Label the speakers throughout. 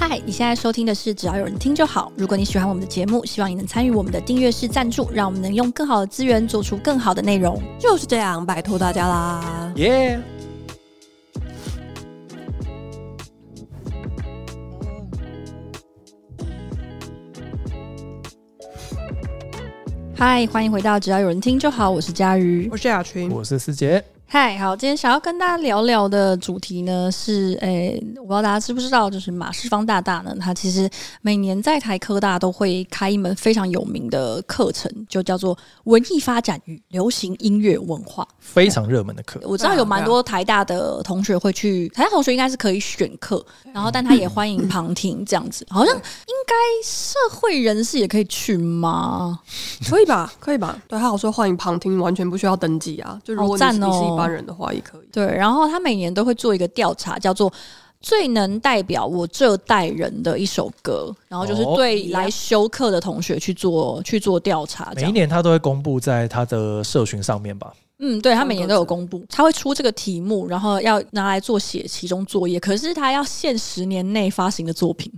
Speaker 1: 嗨，你现在收听的是《只要有人听就好》。如果你喜欢我们的节目，希望你能参与我们的订阅式赞助，让我们能用更好的资源做出更好的内容。
Speaker 2: 就是这样，拜托大家啦。
Speaker 3: 耶、
Speaker 1: 嗨，欢迎回到《只要有人听就好》，我是佳瑜。
Speaker 2: 我是雅
Speaker 1: 嗯
Speaker 2: 群，
Speaker 3: 我是思杰，
Speaker 1: 嗨，好，今天想要跟大家聊聊的主题呢是，诶、我不知道大家知不知道，就是马世芳大大呢，他其实每年在台科大都会开一门非常有名的课程，就叫做《文艺发展与流行音乐文化》。
Speaker 3: 非常热门的课，
Speaker 1: 我知道有蛮多台大的同学会去，台大同学应该是可以选课，然后但他也欢迎旁听这样 子，好像应该社会人士也可以去吗？
Speaker 2: 可以吧？可以吧？对他好说，欢迎旁听，完全不需要登记啊。就如果你
Speaker 1: 好
Speaker 2: 是,、
Speaker 1: 赞哦
Speaker 2: 你是一般人的话，也可以。
Speaker 1: 对，然后他每年都会做一个调查，叫做。最能代表我这代人的一首歌，然后就是
Speaker 3: 哦
Speaker 1: 对来修课的同学去做去做调查，这
Speaker 3: 每一
Speaker 1: 样。
Speaker 3: 年他都会公布在他的社群上面吧。
Speaker 1: 嗯，对他
Speaker 2: 上
Speaker 1: 每年都
Speaker 2: 课
Speaker 1: 有
Speaker 2: 程
Speaker 1: 公布，他会出这个题目，然后要拿来做写其中作业，可是他要限十年内发行的作品。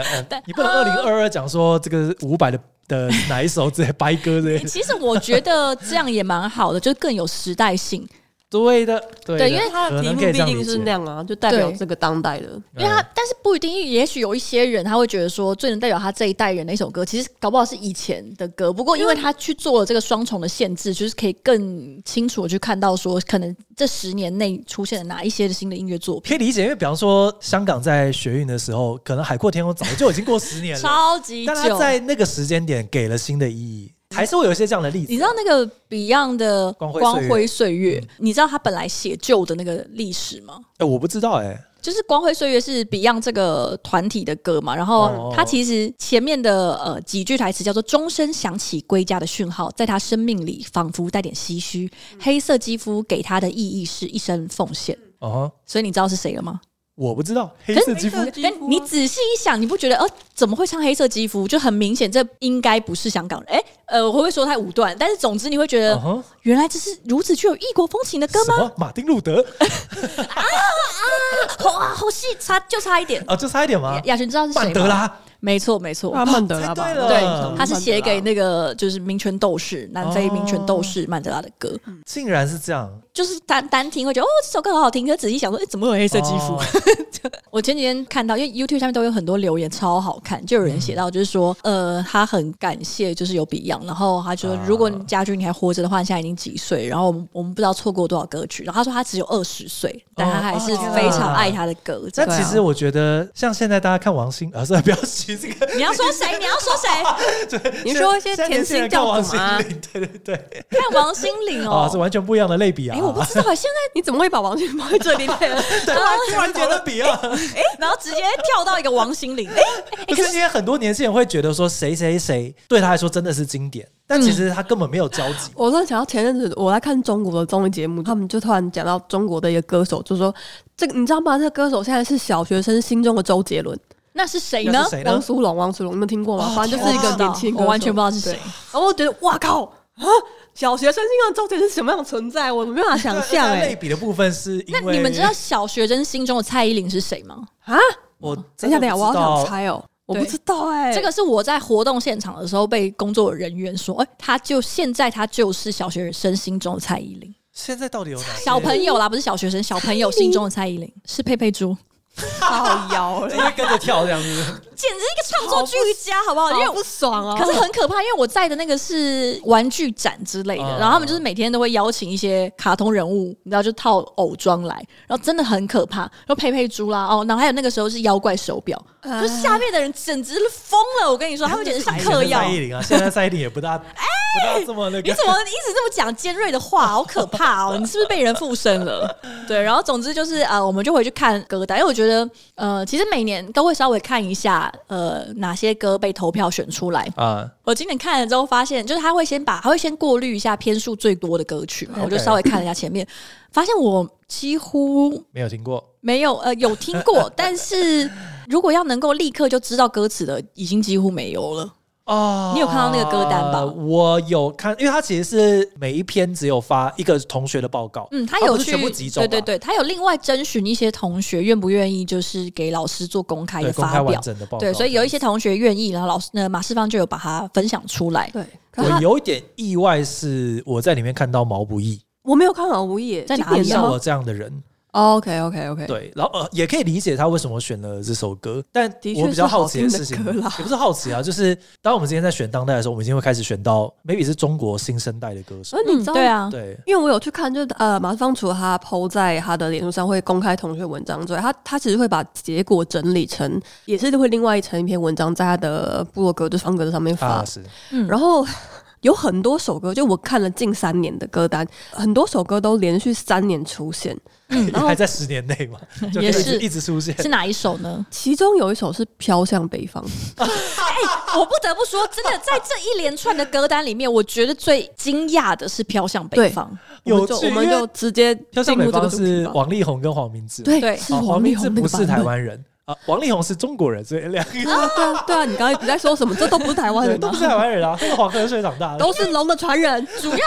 Speaker 3: 呃你不能二零二二讲说这个伍佰的的哪一首之类白鸽之 类的，
Speaker 1: 其实我觉得这样也蛮好的，就更有时代性。
Speaker 3: 对的，对的，
Speaker 1: 对因为
Speaker 2: 他的
Speaker 3: 可
Speaker 2: 题
Speaker 3: 能
Speaker 2: 目
Speaker 3: 可以这
Speaker 2: 毕
Speaker 3: 样
Speaker 2: 竟
Speaker 3: 理
Speaker 2: 是那
Speaker 3: 解。嗯
Speaker 2: 样啊，就代表
Speaker 1: 对
Speaker 2: 这个当代的。
Speaker 1: 因为他，但是不一定，也许有一些人他会觉得说，最能代表他这一代人的一首歌，其实搞不好是以前的歌。不过，因
Speaker 3: 嗯
Speaker 1: 为他去做了这个双重的限制，就是可以更清楚的去看到说，可能这十年内出现了哪一些的新的音乐作
Speaker 3: 可
Speaker 1: 品，
Speaker 3: 以理解，因为比方说香港在学运的时候，可能海阔天空早就已经过十年了，
Speaker 1: 超级
Speaker 3: 但他
Speaker 1: 久。
Speaker 3: 在那个时间点给了新的意义，还是会有一些这样的例
Speaker 1: 你
Speaker 3: 子
Speaker 1: 知。道那个 Beyond 的
Speaker 3: 光
Speaker 1: 《光
Speaker 3: 辉岁月嗯
Speaker 1: 辉岁月》你知道他本来写旧的那个历史吗？
Speaker 3: 哎，我不知道哎，
Speaker 1: 就是《光辉岁月》是 Beyond 这个团体的歌嘛，然后
Speaker 3: 哦
Speaker 1: 他其实前面的呃几句台词叫做“钟声响起归家的讯号”，在他生命里仿佛带点唏嘘，
Speaker 3: 嗯
Speaker 1: 黑色肌肤给他的意义是一生奉献。
Speaker 3: 哦，
Speaker 1: 所以你知道是谁了吗？哎
Speaker 3: 我不知道，黑色肌肤
Speaker 2: 黑色肌肤啊
Speaker 1: 但你仔细一想，你不觉得呃怎么会唱黑色肌肤？就很明显，这应该不是香港人。哎、呃，我会不会说太武断？但是总之你会觉得，
Speaker 3: 嗯哼
Speaker 1: 原来这是如此具有异国风情的歌
Speaker 3: 什
Speaker 1: 吗？
Speaker 3: 么马丁路德
Speaker 1: 哇，好细，差就差一点。
Speaker 3: 啊，就差一点吗？
Speaker 1: 亚璇知道是谁吗？
Speaker 3: 曼德拉，
Speaker 1: 没错，没错。
Speaker 2: 啊，曼德拉吧，
Speaker 3: 猜对了嗯
Speaker 2: 对，
Speaker 1: 他是写给
Speaker 2: 个
Speaker 1: 那个就是民权斗士，南非民权斗士曼德拉的歌，
Speaker 3: 竟然是这样，
Speaker 1: 就是单单听会觉得哦这首歌好好听，可是仔细想说，哎、怎么会有黑色肌肤？
Speaker 3: 哦
Speaker 1: 我前几天看到，因为 YouTube 上面都有很多留言，超好看，就有人写到就是说，呃，他很感谢就是有 Beyond，然后他就说，
Speaker 3: 啊
Speaker 1: 如果你家军你还活着的话，你现在已经几岁？然后我们我们不知道错过多少歌曲，然后他说他只有
Speaker 3: 哦
Speaker 1: 二十岁，但他还是
Speaker 3: 啊
Speaker 1: 非常爱他的歌。这
Speaker 3: 但
Speaker 1: 样
Speaker 3: 其实我觉得，像现在大家看王心， 啊，算了，不要提这 个。
Speaker 1: 你要说谁？你要说谁？
Speaker 2: 你说一些
Speaker 3: 现在年轻人
Speaker 2: 甜心教
Speaker 3: 看王
Speaker 2: 主
Speaker 3: 心
Speaker 2: 吗
Speaker 3: 凌， 对对对，
Speaker 1: 看王心凌
Speaker 3: 啊，
Speaker 1: 哦
Speaker 3: 是。完全不一样的类比啊。
Speaker 1: 哎、我不知道，现在
Speaker 2: 你怎么会把王心凌放在 这里呢？
Speaker 3: 对， 突然觉得比啊，
Speaker 1: 然后直接跳到一个王心凌，哎、
Speaker 3: 不是因为很多年轻人会觉得说谁谁谁对他来说真的是经典，但其实他根本没有交集。
Speaker 2: 我突然想到前阵子我在看中国的综艺节目，他们就突然讲到中国的一个歌手，就说这个你知道吗？这个歌手现在是小学生心中的周杰伦，
Speaker 1: 那是 谁
Speaker 3: 那
Speaker 1: 呢
Speaker 3: 是？谁
Speaker 2: 汪
Speaker 3: 呢？
Speaker 2: 苏泷，汪苏泷，你们听过吗？
Speaker 3: 哦
Speaker 2: 反正就是一个
Speaker 1: 我
Speaker 2: 年
Speaker 1: 不知
Speaker 2: 轻
Speaker 1: 道
Speaker 2: 歌手，
Speaker 1: 我完全不知道是
Speaker 2: 对
Speaker 1: 谁。
Speaker 2: 然后我觉得哇靠啊，小学生心中的周杰伦是什么样的存在？我没办法 想象
Speaker 3: 那
Speaker 2: 哎、
Speaker 3: 类比的部分是因
Speaker 1: 那
Speaker 3: 为
Speaker 1: 你们知道小学生心中的蔡依林是谁吗？
Speaker 2: 啊！
Speaker 3: 我
Speaker 2: 等一下，等一下，我好想
Speaker 3: 猜。
Speaker 2: 猜哦，我
Speaker 1: 对
Speaker 2: 不知道哎、
Speaker 1: 这个是我在活动现场的时候被工作人员说，哎、她就现在她就是小学生心中的蔡依林，
Speaker 3: 现在到底有哪些
Speaker 1: 小朋友啦，不是小学生，小朋友心中的蔡依林是佩佩猪，
Speaker 2: 好摇
Speaker 3: 就
Speaker 1: 欸
Speaker 2: 嘞，
Speaker 3: 会跟着跳这样子？
Speaker 1: 简直一个创作俱佳，好不好？因为
Speaker 2: 好不爽哦。
Speaker 1: 可是很可怕，因为我在的那个是玩具展之类的，
Speaker 3: 嗯
Speaker 1: 然后他们就是每天都会邀请一些卡通人物，你知道，就套偶装来，然后真的很可怕。然后佩佩猪啦，哦，然后还有那个时候是妖怪手表，就下面的人简直疯了。我跟你说，他们简直像嗑
Speaker 3: 以前的
Speaker 1: 药。
Speaker 3: 蔡依
Speaker 1: 你
Speaker 3: 林啊， 现在蔡依林也不大，不大这么那个。
Speaker 1: 怎么一直这么讲尖锐的话？好可怕哦！你是不是被人附身了？对，然后总之就是呃，我们就回去看歌单，因为我觉得呃，其实每年都会稍微看一下呃哪些歌被投票选出来。
Speaker 3: 啊？
Speaker 1: 我今年看了之后发现，就是他会先把他会先过滤一下篇数最多的歌曲嘛，
Speaker 3: OK
Speaker 1: 我就稍微看了一下前面，发现我几乎
Speaker 3: 没有听过
Speaker 1: 没有呃有 听过，但是如果要能够立刻就知道歌词的，已经几乎没有了。
Speaker 3: 哦
Speaker 1: 你有看到那个歌单吧
Speaker 3: 我有看，因为他其实是每一篇只有发一个同学的报告，
Speaker 1: 嗯，他
Speaker 3: 它
Speaker 1: 有
Speaker 3: 哦不是
Speaker 1: 去
Speaker 3: 全部集中啊
Speaker 1: 对
Speaker 3: 嘛，
Speaker 1: 对对，他有另外征询一些同学愿不愿意，就是给老师做公开
Speaker 3: 对，
Speaker 1: 的
Speaker 3: 公
Speaker 1: 发
Speaker 3: 开完
Speaker 1: 表。
Speaker 3: 整的哦报告，
Speaker 1: 对，所以有一些同学愿意，然后老师呢，马世芳就有把它分享出来。
Speaker 2: 对，
Speaker 3: 我
Speaker 2: 可是他
Speaker 3: 有一点意外，是我在里面看到毛不易，
Speaker 2: 我没有看好无意
Speaker 1: 在哪里
Speaker 3: 像
Speaker 1: 吗
Speaker 3: 我这样的人，
Speaker 2: ？OK OK OK，
Speaker 3: 对，然后呃，也可以理解他为什么选了这首歌，但
Speaker 2: 的确
Speaker 3: 我比较
Speaker 2: 是好
Speaker 3: 好奇的
Speaker 2: 听的
Speaker 3: 事情，
Speaker 2: 歌啦
Speaker 3: 也不是好奇啊，就是当我们今天在选当代的时候，我们已经会开始选到 maybe 是中国新生代的歌手，
Speaker 2: 而你知道
Speaker 1: 对啊，
Speaker 3: 对，
Speaker 2: 因为我有去看，就是呃，马芳除了他 PO 在他的脸书上会公开同学文章之外，他他其实会把结果整理成，也是会另外一层一篇文章在他的部落格就是方格子上面发。
Speaker 3: 啊是，
Speaker 1: 嗯，
Speaker 2: 然后有很多首歌，就我看了近三年的歌单，很多首歌都连续三年出现，然后
Speaker 3: 还在十年内嘛，就可
Speaker 1: 嗯也
Speaker 3: 以一直
Speaker 1: 是
Speaker 3: 一直出现，
Speaker 1: 是哪一首呢？
Speaker 2: 其中有一首是《飘向北方》，
Speaker 1: 我不得不说，真的在这一连串的歌单里面，我觉得最惊讶的是《飘向北
Speaker 2: 对
Speaker 1: 方
Speaker 2: 我
Speaker 3: 有
Speaker 2: 们就
Speaker 3: 趣
Speaker 2: 我们
Speaker 3: 因为
Speaker 2: 就直接
Speaker 3: 飘向
Speaker 2: 进
Speaker 3: 北
Speaker 2: 入这
Speaker 3: 方
Speaker 2: 个主题
Speaker 3: 是
Speaker 2: 吧。
Speaker 3: 王力宏跟黄明志，
Speaker 2: 对，
Speaker 1: 对
Speaker 2: 是
Speaker 3: 啊，黄
Speaker 2: 力
Speaker 3: 明
Speaker 2: 宏
Speaker 3: 志
Speaker 2: 那
Speaker 3: 不
Speaker 2: 个
Speaker 3: 是
Speaker 2: 版
Speaker 3: 台
Speaker 2: 本。
Speaker 3: 湾人啊，王力宏是中国人，所以两个
Speaker 2: 啊 对啊，对啊，你刚才不在说什么？这都不是台湾
Speaker 3: 对
Speaker 2: 人
Speaker 3: 都
Speaker 2: 吗
Speaker 3: 不？是台湾人啊，都是黄河水长大的，
Speaker 2: 都是龙的传人。》，
Speaker 1: 主要是因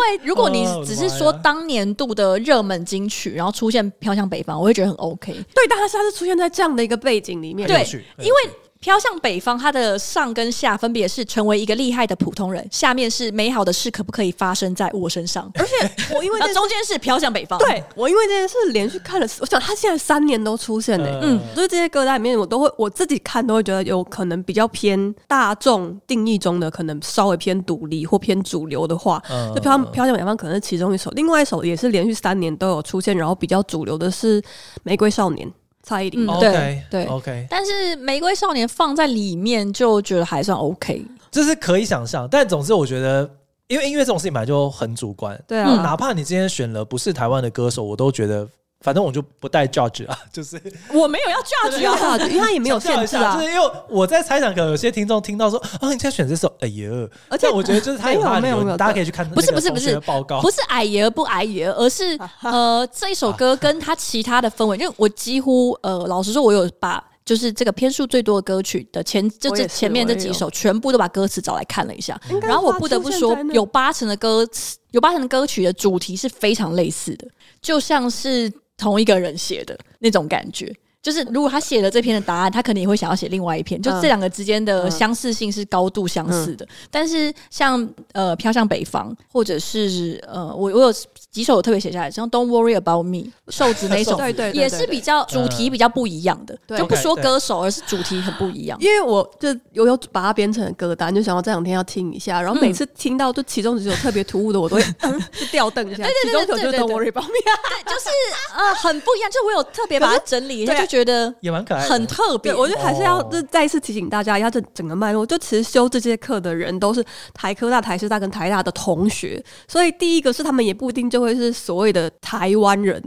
Speaker 1: 为如果你
Speaker 3: 哦
Speaker 1: 只是说
Speaker 3: 我的妈呀
Speaker 1: 当年度的热门金曲，然后出现《飘向北方》，我会觉得很 OK。
Speaker 2: 对，但他现在是出现在这样的一个背景里面。
Speaker 1: 对
Speaker 3: 很有趣
Speaker 1: 因为飘向北方，它的上跟下分别是成为一个厉害的普通人，下面是美好的事可不可以发生在我身上，
Speaker 2: 而且我因为
Speaker 1: 那
Speaker 2: 这，
Speaker 1: 中间是飘向北方。
Speaker 2: 对我因为这件事连续看了，我想他现在三年都出现呢、欸
Speaker 1: 嗯，
Speaker 3: 嗯
Speaker 2: 所以这些歌单里面，我都会我自己看都会觉得有可能比较偏大众定义中的，可能稍微偏独立或偏主流的话，
Speaker 3: 嗯
Speaker 2: 就飘飘向北方可能是其中一首，另外一首也是连续三年都有出现，然后比较主流的是《玫瑰少年》蔡依林。
Speaker 1: 嗯
Speaker 3: OK
Speaker 1: 对对
Speaker 3: OK，
Speaker 1: 但是《玫瑰少年》放在里面就觉得还算 OK，
Speaker 3: 这是可以想象，但总之我觉得，因为音乐这种事情本来就很主观，
Speaker 2: 对
Speaker 1: 嗯
Speaker 2: 啊，
Speaker 3: 哪怕你今天选了不是台湾的歌手，我都觉得。反正我就不带 judge 啊，就是
Speaker 1: 我没有要
Speaker 2: 他只要
Speaker 1: judge 啊。
Speaker 2: 他，因为他也没有限制
Speaker 3: 就
Speaker 2: 啊
Speaker 3: 是。因为我在猜想，可能有些听众听到说啊，你今天选这首，哎呦，
Speaker 2: 而且
Speaker 3: 但我觉得就是他有他的理
Speaker 2: 没有没有没
Speaker 3: 由，
Speaker 2: 有
Speaker 3: 大家可以去看那个
Speaker 1: 不是不是不是
Speaker 3: 同学报告，
Speaker 1: 不是矮爷不矮爷，而 是呃这一首歌跟它其他的氛围，因为我几乎呃老实说，我有把就是这个篇数最多的歌曲的前就
Speaker 2: 我
Speaker 1: 这
Speaker 2: 也是
Speaker 1: 前面这几首全部都把歌词找来看了一下，然后我不得不说，有八成的歌词有八成的歌曲的主题是非常类似的，就像是同一个人写的那种感觉。就是如果他写了这篇的答案，他可能也会想要写另外一篇，就
Speaker 2: 嗯
Speaker 1: 这两个之间的
Speaker 2: 嗯
Speaker 1: 相似性是高度相似的。但是像呃飘向北方，或者是呃我我有几首特别写下来，像 Don't Worry About Me 瘦子 那首，
Speaker 2: 对对对对
Speaker 1: 也是比较主题比较不一样的，
Speaker 2: 对
Speaker 1: 就不说
Speaker 3: OK，对
Speaker 1: 歌手，而是主题很不一 样。
Speaker 2: 因为我就我有把它编成歌单，就想要这两天要听一下，然
Speaker 3: 嗯
Speaker 2: 后每次听到就其中几首特别突兀 的，我都会嗯就吊凳一下。
Speaker 1: 对对对
Speaker 2: 其中有就
Speaker 1: 对
Speaker 2: 是
Speaker 1: 对
Speaker 2: Don't
Speaker 1: 对
Speaker 2: worry about me，
Speaker 1: 对，就是呃很不一样，就我有特别把它整理一下，
Speaker 2: 可
Speaker 1: 就是觉得
Speaker 3: 也蛮可爱的，
Speaker 1: 很特别
Speaker 2: 对，。我觉得还是要
Speaker 3: 哦
Speaker 2: 就再一次提醒大家一下这整个脉络。就其实修这些课的人都是台科大、台师大跟台大的同学，所以第一个是他们也不一定就会是所谓的台湾人。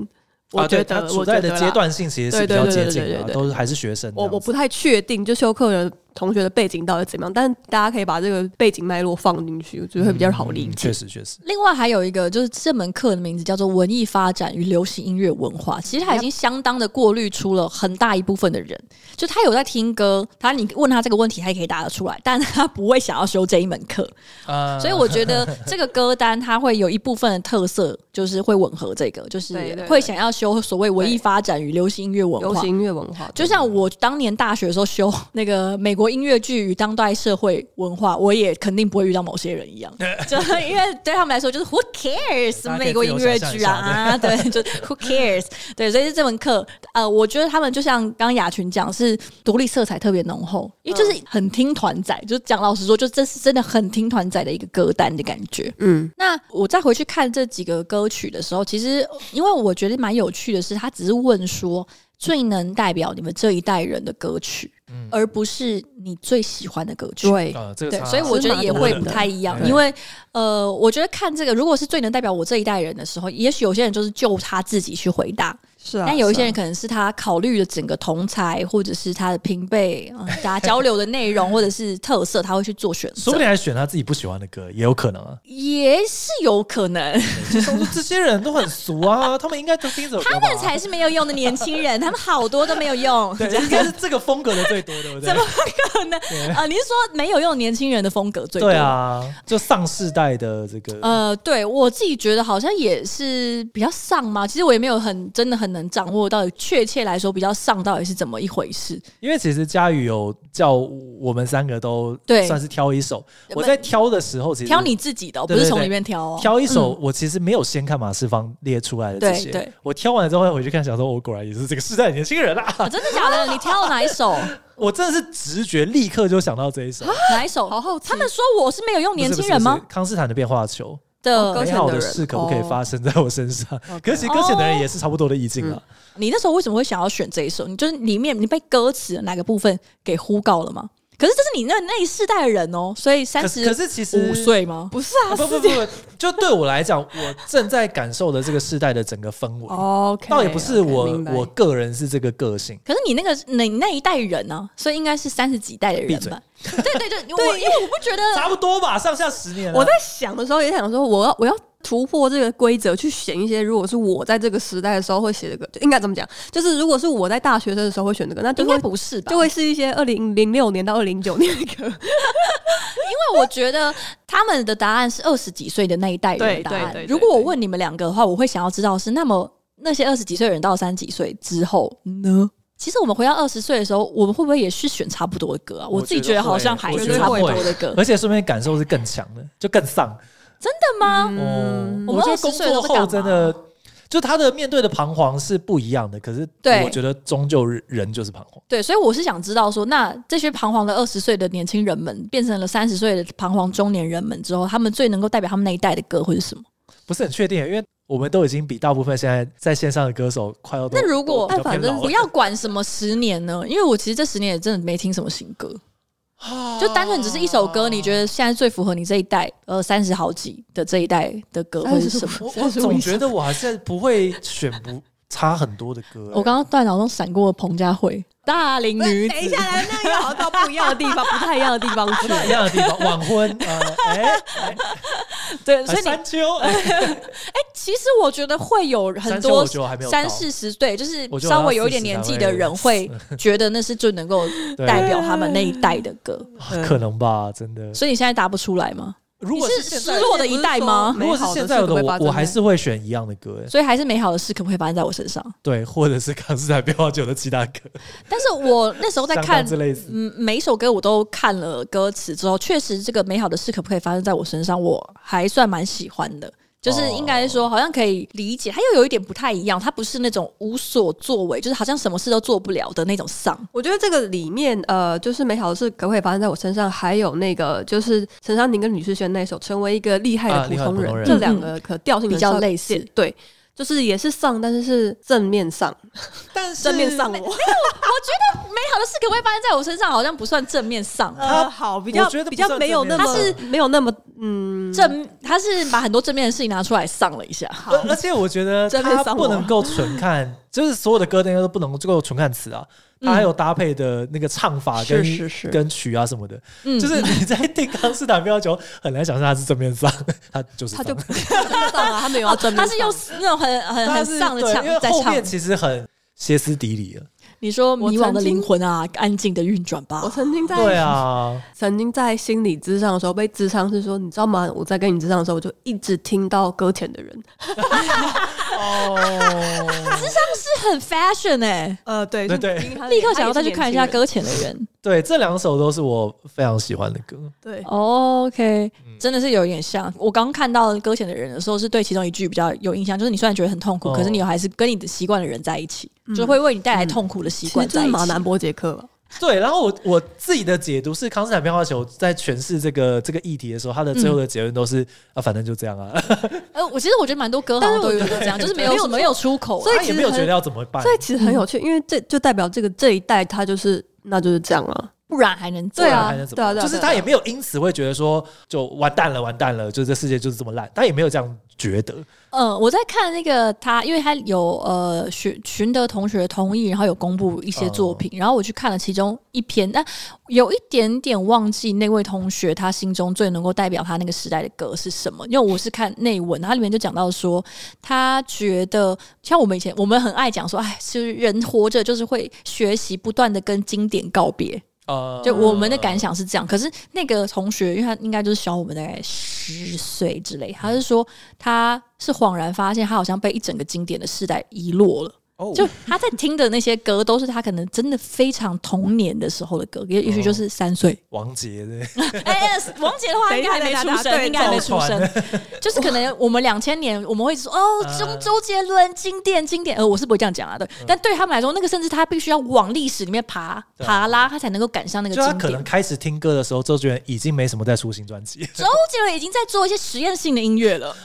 Speaker 2: 我
Speaker 3: 啊对
Speaker 2: 觉得
Speaker 3: 他
Speaker 2: 我
Speaker 3: 处
Speaker 2: 觉
Speaker 3: 在
Speaker 2: 得
Speaker 3: 的
Speaker 2: 啦
Speaker 3: 阶段性其实是比较
Speaker 2: 对对
Speaker 3: 接
Speaker 2: 对
Speaker 3: 近
Speaker 2: 对对
Speaker 3: 的，
Speaker 2: 对对
Speaker 3: 都是还是学生这
Speaker 2: 我
Speaker 3: 样子。
Speaker 2: 我不太确定，就修课的同学的背景到底怎么样，但大家可以把这个背景脉络放进去，我觉得会比较好理
Speaker 3: 嗯
Speaker 2: 解
Speaker 3: 确。实确实，
Speaker 1: 另外还有一个就是这门课的名字叫做“文艺发展与流行音乐文化”，其实他已经相当的过滤出了很大一部分的人，就他有在听歌，他你问他这个问题，他也可以答得出来，但他不会想要修这一门 课。
Speaker 2: 嗯
Speaker 3: 啊
Speaker 1: 所以我觉得这个歌单它会有一部分的特色，就是会吻合这个，就是
Speaker 2: 对对对
Speaker 1: 会想要修所谓文艺
Speaker 2: 对
Speaker 1: 发展与流行音乐文
Speaker 2: 流
Speaker 1: 化
Speaker 2: 行。音乐文化，
Speaker 1: 就像我当年大学的时候修 那个美国音乐剧与当代社会文化，我也肯定不会遇到某些人 一样，就因为对他们来说就是 who
Speaker 3: 大
Speaker 1: cares
Speaker 3: 家可以
Speaker 1: 美国音乐
Speaker 3: 自由想象一
Speaker 1: 剧
Speaker 3: 下
Speaker 1: 啊啊，对，就 who cares 对，所以这门课呃，我觉得他们就像刚刚雅群讲，是独立色彩特别浓厚，因为就是很听团仔，就讲老实说，就这是真的很听团仔的一个歌单的感觉。
Speaker 2: 嗯，
Speaker 1: 那我再回去看这几个歌曲的时候，其实因为我觉得蛮有趣的是，他只是问说最能代表你们这一代人的歌曲，而不是你最喜欢的歌曲。
Speaker 2: 对，
Speaker 3: 啊，这个
Speaker 2: 对
Speaker 3: 差
Speaker 1: 所以我觉得也会不太一样，因为呃，我觉得看这个，如果是最能代表我这一代人的时候，也许有些人就是就他自己去回答，
Speaker 2: 是啊，
Speaker 1: 但有一些人
Speaker 2: 是啊
Speaker 1: 可能是他考虑了整个同才，或者是他的平辈、嗯大家交流的内容，或者是特色，他会去做选
Speaker 3: 说不
Speaker 1: 择，
Speaker 3: 定还选他自己不喜欢的歌，也有可能啊。
Speaker 1: 也是有可能。
Speaker 3: 其实我说这些人都很俗啊，他们应该都听这首歌
Speaker 1: 他
Speaker 3: 吧
Speaker 1: 们才是没有用的年轻人，他们好多都没有用。
Speaker 3: 对，应该是这个风格的最多，对不对
Speaker 1: 怎？么会可能？啊，你是说没有用年轻人的风格最多？
Speaker 3: 对。啊，就上世代的这个，
Speaker 1: 呃，对我自己觉得好像也是比较上嘛，其实我也没有很真的很能掌握到底确切来说比较上到底是怎么一回事。
Speaker 3: 因为其实佳宇有叫我们三个都
Speaker 1: 对
Speaker 3: 算是挑一首。
Speaker 1: 我们
Speaker 3: 我在挑的时候，其实
Speaker 1: 挑你自己的哦、
Speaker 3: 对
Speaker 1: 不
Speaker 3: 对
Speaker 1: 是从
Speaker 3: 对
Speaker 1: 里面挑哦。
Speaker 3: 挑一首，我其实没有先看马世芳列出来的这些。
Speaker 1: 对对
Speaker 3: 我挑完了之后回去看，想说我果然也是这个世代的年轻 人啦。
Speaker 1: 啊真的假的？你挑了哪一 首？
Speaker 3: 我真的是直觉立刻就想到这一首。
Speaker 1: 哪一首？
Speaker 2: 啊好好奇
Speaker 1: 他们说我是没有用啊年轻人
Speaker 3: 不是？不是
Speaker 1: 吗
Speaker 3: 不是康斯坦的变化球，
Speaker 2: 哦歌
Speaker 1: 的？哦
Speaker 2: 显
Speaker 3: 美
Speaker 2: 的
Speaker 3: 好的
Speaker 2: 人
Speaker 3: 事可不可以
Speaker 2: 哦
Speaker 3: 发生在我身上？
Speaker 2: OK
Speaker 3: 可是其实歌显的人也是差不多的意境了。啊
Speaker 1: 你那时候为什么会想要选这一首？你就是里面你被歌词的哪个部分给呼告了吗？可是这是你那那一世代的人哦，所以三
Speaker 3: 可是可
Speaker 1: 十
Speaker 3: 是其实
Speaker 1: 五岁吗？
Speaker 2: 不是啊，
Speaker 3: 不不不不，
Speaker 2: 是
Speaker 3: 不就对我来讲，我正在感受的这个世代的整个氛围。
Speaker 2: OK，
Speaker 3: 倒也不是我
Speaker 1: 啊
Speaker 2: OK，明白
Speaker 3: 我个人是这个个性，
Speaker 1: 可是你那个你那一代人呢、所以应该是三十几代的人吧？ 对对对，我因为我不觉得
Speaker 3: 差不多吧，上下十年了。
Speaker 2: 我在想的时候也想说，我要我要突破这个规则，去选一些如果是我在这个时代的时候会写的歌，就应该怎么讲？就是如果是我在大学生的时候会选的歌，那就
Speaker 1: 应该
Speaker 2: 会
Speaker 1: 不是吧？
Speaker 2: 就会是一些二零零六年到二零九年的 歌。
Speaker 1: 因为我觉得他们的答案是二十几岁的那一代人的答
Speaker 2: 对对
Speaker 1: 案
Speaker 2: 对。对
Speaker 1: 如果我问你们两个的话，我会想要知道是那么那些二十几岁的人到三十几岁之后呢？其实我们回到二十岁的时候，我们会不会也是选差不多的歌啊？
Speaker 3: 我
Speaker 1: 我自己
Speaker 3: 觉
Speaker 1: 觉
Speaker 3: 得
Speaker 1: 得
Speaker 3: 会
Speaker 1: 好像还
Speaker 3: 我
Speaker 1: 是
Speaker 2: 觉得
Speaker 1: 差不
Speaker 2: 会
Speaker 1: 多的歌，
Speaker 3: 而且顺便感受是更强的，就更丧。
Speaker 1: 真的吗？
Speaker 2: 嗯
Speaker 3: 哦，
Speaker 1: 嗯我
Speaker 3: 我
Speaker 1: 们
Speaker 3: 觉得
Speaker 1: 20
Speaker 3: 工
Speaker 1: 岁都
Speaker 3: 作
Speaker 1: 在干
Speaker 3: 后
Speaker 1: 嘛
Speaker 3: 真的，就他的面对的彷徨是不一样的。可是
Speaker 1: 对
Speaker 3: 我觉得终究人就是彷徨。
Speaker 1: 对，所以我是想知道说，那这些彷徨的二十岁的年轻人们，变成了三十岁的彷徨中年人们之后，他们最能够代表他们那一代的歌会是什么？
Speaker 3: 不是很确定，因为我们都已经比大部分现在在线上的歌手快要都
Speaker 1: 那如果
Speaker 3: 都比较偏老了
Speaker 2: 哎
Speaker 1: 不要管什么十年呢，因为我其实这十年也真的没听什么新歌，
Speaker 3: 啊
Speaker 1: 就单纯只是一首歌。你觉得现在最符合你这一代，呃，三十好几的这一代的歌会是什么？
Speaker 3: 我我总觉得我还是不会选不差很多的歌、
Speaker 1: 我刚刚大脑中闪过彭佳慧，大龄女子
Speaker 2: 等一下，来那个好到不一样的 地方，不太一样的地方去。
Speaker 3: 哎一样的地 方，晚婚，呃，哎、
Speaker 1: 对，所以你
Speaker 3: 山丘， 哎
Speaker 1: 其实我觉得会有很
Speaker 3: 三十
Speaker 1: 多
Speaker 3: 我觉得我还没有到
Speaker 1: 三四十岁，就是
Speaker 3: 我觉得
Speaker 1: 稍
Speaker 3: 我要
Speaker 1: 微有一点年纪的人会觉得那是最能够
Speaker 3: 对
Speaker 1: 代表他们那一代的歌，
Speaker 2: 嗯
Speaker 3: 可能吧，真的。
Speaker 1: 所以你现在答不出来吗？
Speaker 3: 如果
Speaker 1: 你
Speaker 3: 是
Speaker 1: 是
Speaker 3: 现
Speaker 1: 失
Speaker 3: 在，
Speaker 1: 落的一代吗？
Speaker 3: 如果是现在的我，我还是会选一样的歌，哎
Speaker 1: 所以还是美好的事可不可以发生在我身上？
Speaker 3: 对，或者是康斯坦变化酒的其他歌，
Speaker 1: 但是我那时候在
Speaker 3: 相
Speaker 1: 看
Speaker 3: 当之类似。
Speaker 1: 嗯，每一首歌我都看了歌词之后，确实这个美好的事可不可以发生在我身上，我还算蛮喜欢的。就是应该说，好像可以理解，它又有一点不太一样，它不是那种无所作为，就是好像什么事都做不了的那种丧。
Speaker 2: 我觉得这个里面，呃，就是美好的事可不可以发生在我身上，还有那个就是陈珊妮跟吕世轩那首《成为一个厉害
Speaker 3: 啊
Speaker 2: 的普
Speaker 3: 厉害的
Speaker 2: 通
Speaker 3: 普
Speaker 2: 人》
Speaker 3: 通人
Speaker 2: 这两个可调性
Speaker 1: 比较
Speaker 2: 很
Speaker 1: 类似
Speaker 2: 对，就是也是上，但是是正面上，
Speaker 3: 但是
Speaker 2: 正面上我。
Speaker 1: 美好的事可不可以发生在我身上？好像不算正面上，
Speaker 2: 呃，好，比较
Speaker 3: 我觉得
Speaker 2: 比
Speaker 3: 不算
Speaker 2: 较没有那
Speaker 3: 正
Speaker 2: 么，
Speaker 3: 面
Speaker 2: 没有那么，嗯，
Speaker 1: 正他是把很多正面的事情拿出来上了一下。
Speaker 3: 而而且我觉得
Speaker 2: 真被
Speaker 3: 他
Speaker 2: 伤
Speaker 3: 不
Speaker 2: 我
Speaker 3: 能够纯看，就是所有的歌应该都不能够纯看词啊，
Speaker 1: 嗯
Speaker 3: 它还有搭配的那个唱法跟、
Speaker 2: 是是是
Speaker 3: 跟曲啊什么的，
Speaker 1: 嗯
Speaker 3: 就是 你在听康斯坦标球，很难想象他是正面上，他就是
Speaker 2: 他就
Speaker 3: 上
Speaker 2: 上了，他没有要正面
Speaker 1: 他
Speaker 2: 上，
Speaker 1: 是用那种很很
Speaker 3: 他
Speaker 1: 很
Speaker 3: 是
Speaker 1: 上的
Speaker 3: 对
Speaker 1: 唱
Speaker 3: 因为
Speaker 1: 在
Speaker 3: 后
Speaker 1: 唱
Speaker 3: 面。其实很歇斯底里了，
Speaker 1: 你说
Speaker 2: 我
Speaker 1: 迷惘的
Speaker 2: 曾经
Speaker 1: 灵魂啊，安静的运转吧
Speaker 2: 我。曾经在
Speaker 3: 对啊，
Speaker 2: 曾经在心理咨商的时候被咨商是说，你知道吗？我在跟你咨商的时候，我就一直听到搁浅的人。
Speaker 3: 哦，
Speaker 1: 是很 fashion 哎、
Speaker 2: 呃，对
Speaker 3: 对对
Speaker 1: 立刻想要再去看一下。
Speaker 2: 因为
Speaker 1: 搁浅的人。
Speaker 3: 对，这两首都是我非常喜欢的歌，
Speaker 2: 他也是年轻人
Speaker 1: OK，真的是有点像。我刚看到搁浅的人的时候，是对其中一句比较有印象，就是你虽然觉得很痛苦，
Speaker 3: 哦
Speaker 1: 可是你还是跟你的习惯的人在一起，就会为你带来痛苦的习
Speaker 2: 对，其实
Speaker 1: 惯
Speaker 2: 就
Speaker 1: 在
Speaker 2: 是
Speaker 1: 一
Speaker 2: 马
Speaker 1: 起。
Speaker 2: 南波杰克吧。
Speaker 3: 对，然后我我自己的解读是，康斯坦变化球在诠释这个这个议题的时候，他的最后的结论都是、
Speaker 2: 嗯
Speaker 3: 啊，反正就这样啊，
Speaker 1: 呃，我其实我觉得蛮多歌好像都有这样，就是没有什么没有出口啊、
Speaker 2: 所以
Speaker 3: 他也没有觉得要怎么办
Speaker 2: 嗯所。以其实很有趣，因为这就代表这个这一代他就是那就是这样了。啊
Speaker 1: 不然还能怎
Speaker 2: 对
Speaker 1: 样？
Speaker 2: 啊
Speaker 3: 还能怎
Speaker 2: 对啊
Speaker 3: 么？
Speaker 2: 对啊
Speaker 3: 就是
Speaker 2: 对啊
Speaker 3: 他也没有因此会觉得说就完蛋了，完蛋了，就这世界就是这么烂，他也没有这样觉得。
Speaker 1: 嗯，我在看那个他，因为他有呃寻寻得同学同意，然后有公布一些作品，然后我去看了其中一篇，但有一点点忘记那位同学他心中最能够代表他那个时代的歌是什么，因为我是看内文，它里面就讲到说，他觉得像我们以前我们很爱讲说，哎，就是人活着就是会学习，不断的跟经典告别，
Speaker 3: 呃，
Speaker 1: 就我们的感想是这样，可是那个同学，因为他应该就是小我们大概十岁之类，他是说他是恍然发现，他好像被一整个经典的世代遗落了。
Speaker 3: 哦，
Speaker 1: 就他在听的那些歌，都是他可能真的非常童年的时候的歌，也也许就是三岁。
Speaker 3: 王杰的，
Speaker 1: 哦 哎、哎王杰的话应该还没出生，应该还没出生， 就是可能我们两千年我们会说哦，周周杰伦经典经典，呃，我是不会这样讲啊，对。但对他们来说，那个甚至他必须要往历史里面爬
Speaker 3: 对啊
Speaker 1: 爬拉，他才能够赶上那个
Speaker 3: 就
Speaker 1: 经
Speaker 3: 他
Speaker 1: 典。
Speaker 3: 可能开始听歌的时候，周杰伦已经没什么在出新专辑，
Speaker 1: 周杰伦已经在做一些实验性的音乐 了，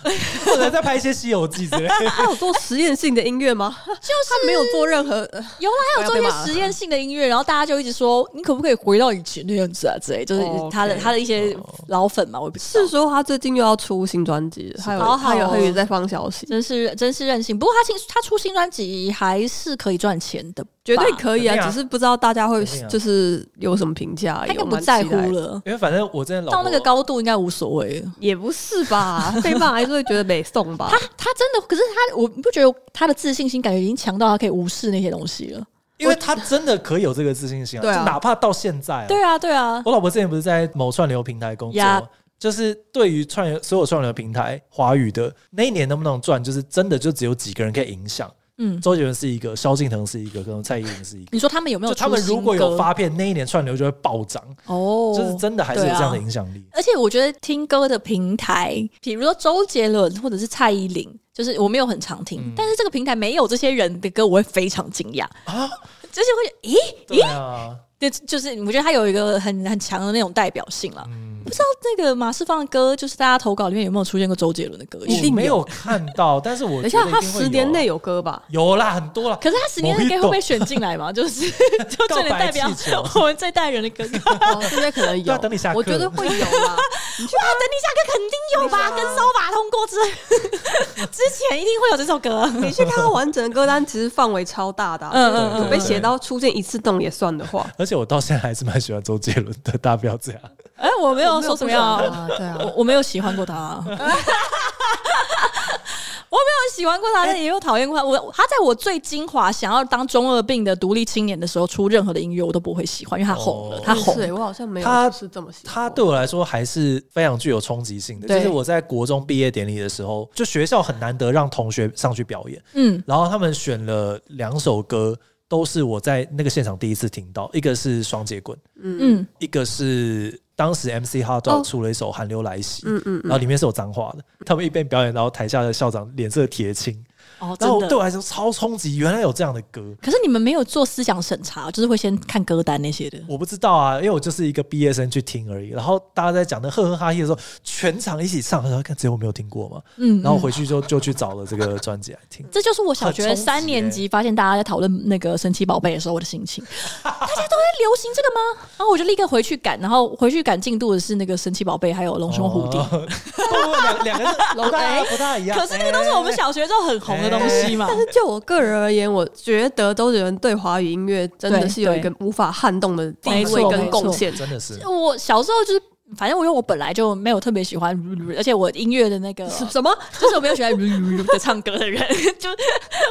Speaker 3: 或者在拍一些《西游记》之类的。
Speaker 2: 他有做实验性的音乐吗？
Speaker 1: 就是
Speaker 2: 他没有做任何，
Speaker 1: 有啦，他有做一些
Speaker 2: 我要被骂了
Speaker 1: 实验性的音乐，然后大家就一直说你可不可以回到以前那样子啊之类，就是
Speaker 2: 哦
Speaker 1: 他的
Speaker 2: OK
Speaker 1: 他的一些老粉嘛，我也不知道
Speaker 2: 是。说他最近又要出新专辑了，他有
Speaker 1: 好好
Speaker 2: 他有
Speaker 1: 哦
Speaker 2: 他有在放消息，
Speaker 1: 真是真是任性，不过他新他出新专辑还是可以赚钱的吧，
Speaker 2: 绝对可
Speaker 3: 肯
Speaker 2: 以
Speaker 3: 定
Speaker 2: 啊，
Speaker 3: 啊
Speaker 2: 只是不知道大家会
Speaker 3: 肯定啊
Speaker 2: 就是有什么评价而已，
Speaker 1: 他应该
Speaker 2: 我
Speaker 1: 不
Speaker 2: 蛮
Speaker 1: 哎在
Speaker 2: 期
Speaker 1: 乎
Speaker 2: 待的。
Speaker 1: 了，
Speaker 3: 因为反正我真的老
Speaker 1: 到
Speaker 3: 婆
Speaker 1: 那个，高度应该无所谓了。
Speaker 2: 也不是吧， 被骂还是会觉得没送吧
Speaker 1: 他。他真的，可是他，我不觉得他的自信心感觉已经强到他可以无视那些东西了。
Speaker 3: 因为他真的可以有这个自信心啊，
Speaker 2: 对啊
Speaker 3: 就哪怕到现在、啊，
Speaker 1: 对啊，对啊，
Speaker 3: 我老婆之前不是在某串流平台工作
Speaker 1: 呀
Speaker 3: 就是对于串流所有串流平台华语的那一年能不能赚，就是真的就只有几个人可以影响。
Speaker 1: 嗯，
Speaker 3: 周杰伦是一个，萧敬腾是一个，可能蔡依林是一个。
Speaker 1: 你说他们有没有
Speaker 3: 就
Speaker 1: 出新歌？
Speaker 3: 他们如果有发片，那一年串流就会暴涨，
Speaker 1: 哦，
Speaker 3: 就是真的还是有这
Speaker 2: 啊
Speaker 3: 样的影响力。
Speaker 1: 而且我觉得听歌的平台，比如说周杰伦或者是蔡依林，就是我没有很常听，
Speaker 3: 嗯
Speaker 1: 但是这个平台没有这些人的歌，我会非常惊讶
Speaker 3: 啊
Speaker 1: 就是会觉得咦，
Speaker 3: 对啊，
Speaker 1: 对，就是我觉得他有一个很很强的那种代表性了。
Speaker 3: 嗯
Speaker 1: 不知道那个马世芳的歌，就是大家投稿里面有没有出现过周杰伦的歌？
Speaker 2: 一定
Speaker 3: 我哦没
Speaker 2: 有
Speaker 3: 有看到，但是我
Speaker 2: 等一
Speaker 3: 觉
Speaker 2: 下，
Speaker 3: 得
Speaker 2: 他
Speaker 3: 定会有啊
Speaker 2: 十年内有歌吧？
Speaker 3: 有啦，很多啦。
Speaker 1: 可是他十年内歌会
Speaker 3: Mojito
Speaker 1: 被选进来嘛？就是 就最能代表
Speaker 3: 告白气球
Speaker 1: 我们这代人的歌。哇，等你下
Speaker 2: 哦这些可能
Speaker 3: 对
Speaker 2: 有
Speaker 3: 啊，等你下课
Speaker 2: 我觉得会有 啊啦。
Speaker 1: 啊个肯定有吧？跟扫把通过之 之前一定会有这首歌。
Speaker 2: 你去看他完整的歌单，其实范围超大的啊，
Speaker 1: 嗯嗯
Speaker 2: 有
Speaker 1: 嗯
Speaker 2: 被
Speaker 1: 嗯
Speaker 2: 写到出现一次动也算的话，
Speaker 3: 而且我到现在还是蛮喜欢周杰伦的，大家不要这样。
Speaker 1: 哎，我没有说怎么样啊。
Speaker 2: 啊？对啊，
Speaker 1: 我我没有喜欢过他、 我没有喜欢过他，但也有讨厌过他。我他在我最精华想要当中二病的独立青年的时候出任何的音乐，我都不会喜欢，因为他红了，
Speaker 3: 哦
Speaker 1: 他红
Speaker 2: 是欸，我好像没有
Speaker 3: 他
Speaker 2: 是这么喜欢
Speaker 3: 他对我来说还是非常具有冲击性的。
Speaker 1: 对
Speaker 3: 就是我在国中毕业典礼的时候，就学校很难得让同学上去表演，
Speaker 1: 嗯，
Speaker 3: 然后他们选了两首歌，都是我在那个现场第一次听到，一个是《双截棍》，
Speaker 1: 嗯
Speaker 3: 一个是当时 MC 哈
Speaker 2: 哦
Speaker 3: 道出了一首《寒流来袭》。
Speaker 2: 嗯嗯
Speaker 3: 然后里面是有脏话
Speaker 1: 嗯
Speaker 3: 的，他们一边表演，然后台下的校长脸色铁青，
Speaker 1: 哦，
Speaker 3: 然后
Speaker 1: 真
Speaker 3: 对
Speaker 1: 的。
Speaker 3: 我来说超冲击，原来有这样的歌，
Speaker 1: 可是你们没有做思想审查，就是会先看歌单那些的。
Speaker 3: 我不知道啊，因为我就是一个毕业生去听而已。然后大家在讲那呵呵哈嘿的时候，全场一起唱，然后看只有我没有听过嘛。
Speaker 1: 嗯，
Speaker 3: 然后
Speaker 1: 嗯。
Speaker 3: 回去就就去找了这个专辑来听
Speaker 1: 这就是我小学
Speaker 3: 很冲击
Speaker 1: 三年级发现大家在讨论那个神奇宝贝的时候我的心 情，大家都在流行这个吗？然后我就立刻回去赶，然后回去赶进度的是那个神奇宝贝还有龙兄虎弟，
Speaker 3: 哦不两两个是不大不大一样。
Speaker 1: 可是那个都是我们
Speaker 3: 哎
Speaker 1: 小学时候很红的东西嘛。
Speaker 2: 但是就我个人而言，我觉得周杰伦对华语音乐真的
Speaker 1: 对
Speaker 2: 是有一
Speaker 1: 对
Speaker 2: 个无法撼动的地
Speaker 3: 哎
Speaker 1: 没
Speaker 2: 位
Speaker 1: 错
Speaker 2: 跟
Speaker 1: 没
Speaker 2: 贡
Speaker 1: 错
Speaker 2: 献。
Speaker 3: 真的是
Speaker 1: 我小时候就是，反正我因为我本来就没有特别喜欢，而且我音乐的那 个
Speaker 2: 什么？
Speaker 1: 就是我没有喜欢 的唱歌的人， 就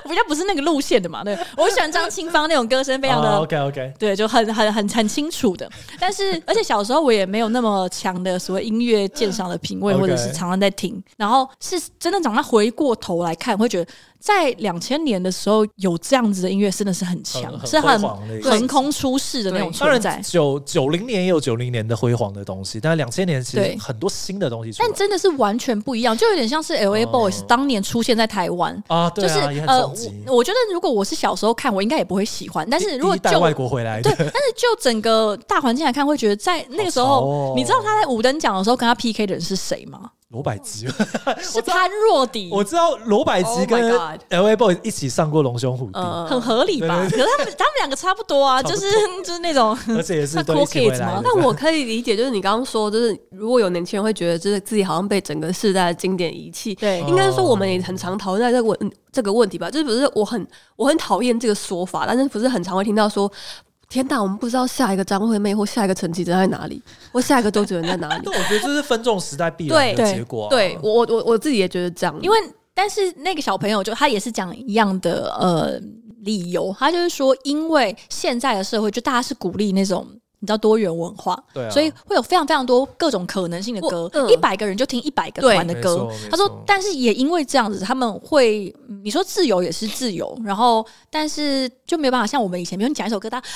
Speaker 1: 比较不是那个路线的嘛。对，我喜欢张清芳那种歌声非常的
Speaker 3: OK OK。
Speaker 1: 对，就很很很很清楚的。但是，而且小时候我也没有那么强的所谓音乐鉴赏的品味，
Speaker 3: OK
Speaker 1: 或者是常常在听。然后是真的长大回过头来看，会觉得在两千年的时候有这样子的音乐真的是很强，
Speaker 3: 很很
Speaker 1: 是很
Speaker 3: 辉煌的一个
Speaker 1: 横空出世的那种
Speaker 2: 对
Speaker 3: 当
Speaker 1: 存在
Speaker 3: 然，。九九零年也有九零年的辉煌的东西，但两千年其
Speaker 1: 对
Speaker 3: 实很多新的东西出来
Speaker 1: 但真的是完全不一样，就有点像是 L A
Speaker 3: 哦
Speaker 1: Boys 当年出现在台湾。
Speaker 3: 啊，对
Speaker 1: 就是
Speaker 3: 啊，也很
Speaker 1: 呃，
Speaker 3: 冲
Speaker 1: 我
Speaker 3: 击。
Speaker 1: 我觉得如果我是小时候看，我应该也不会喜欢。但是如果
Speaker 3: 第一代
Speaker 1: 就
Speaker 3: 外国回来的，
Speaker 1: 但是就整个大环境来看，会觉得在那个时
Speaker 3: 好
Speaker 1: 候，
Speaker 3: 潮哦
Speaker 1: 你知道他在五等奖的时候跟他 PK 的人是谁吗？
Speaker 3: 罗百吉，
Speaker 1: 是潘若迪，
Speaker 3: 我知道罗百吉
Speaker 2: Oh my
Speaker 3: 跟
Speaker 2: God
Speaker 3: L A Boy 一起上过《龙兄虎弟》，
Speaker 2: 嗯
Speaker 1: 很合理吧？可是他们他们两个 差不多啊，就是就是那 种
Speaker 3: 而且也是
Speaker 1: 那
Speaker 3: 对
Speaker 1: Cool
Speaker 3: 一起回
Speaker 1: Kids
Speaker 3: 来
Speaker 1: 吗
Speaker 3: 的。
Speaker 2: 但我可以理解，就是你刚刚说，就是如果有年轻人会觉得，就是自己好像被整个世代的经典遗弃。
Speaker 1: 对
Speaker 2: 应该是说我们也很常讨论在这个问、嗯这个问题吧，就是不是我很我很讨厌这个说法，但是不是很常会听到说。天哪，我们不知道下一个张惠妹或下一个陈绮贞在哪里，或下一个周杰伦在哪里。
Speaker 3: 但我觉得这是分众时代必然的
Speaker 1: 对
Speaker 3: 结果啊、
Speaker 2: 对我我我我自己也觉得这样，
Speaker 1: 因为但是那个小朋友就他也是讲一样的呃理由，他就是说，因为现在的社会就大家是鼓励那种。你知道多元文化，
Speaker 3: 对啊
Speaker 1: 所以会有非常非常多各种可能性的歌
Speaker 2: 我，嗯
Speaker 1: 一百、个人就听一百个团的
Speaker 3: 对
Speaker 1: 歌
Speaker 3: 没错。
Speaker 1: 他说
Speaker 3: 没错，
Speaker 1: 但是也因为这样子，他们会嗯你说自由也是自由，然后但是就没有办法像我们以前，比如你讲一首歌，大家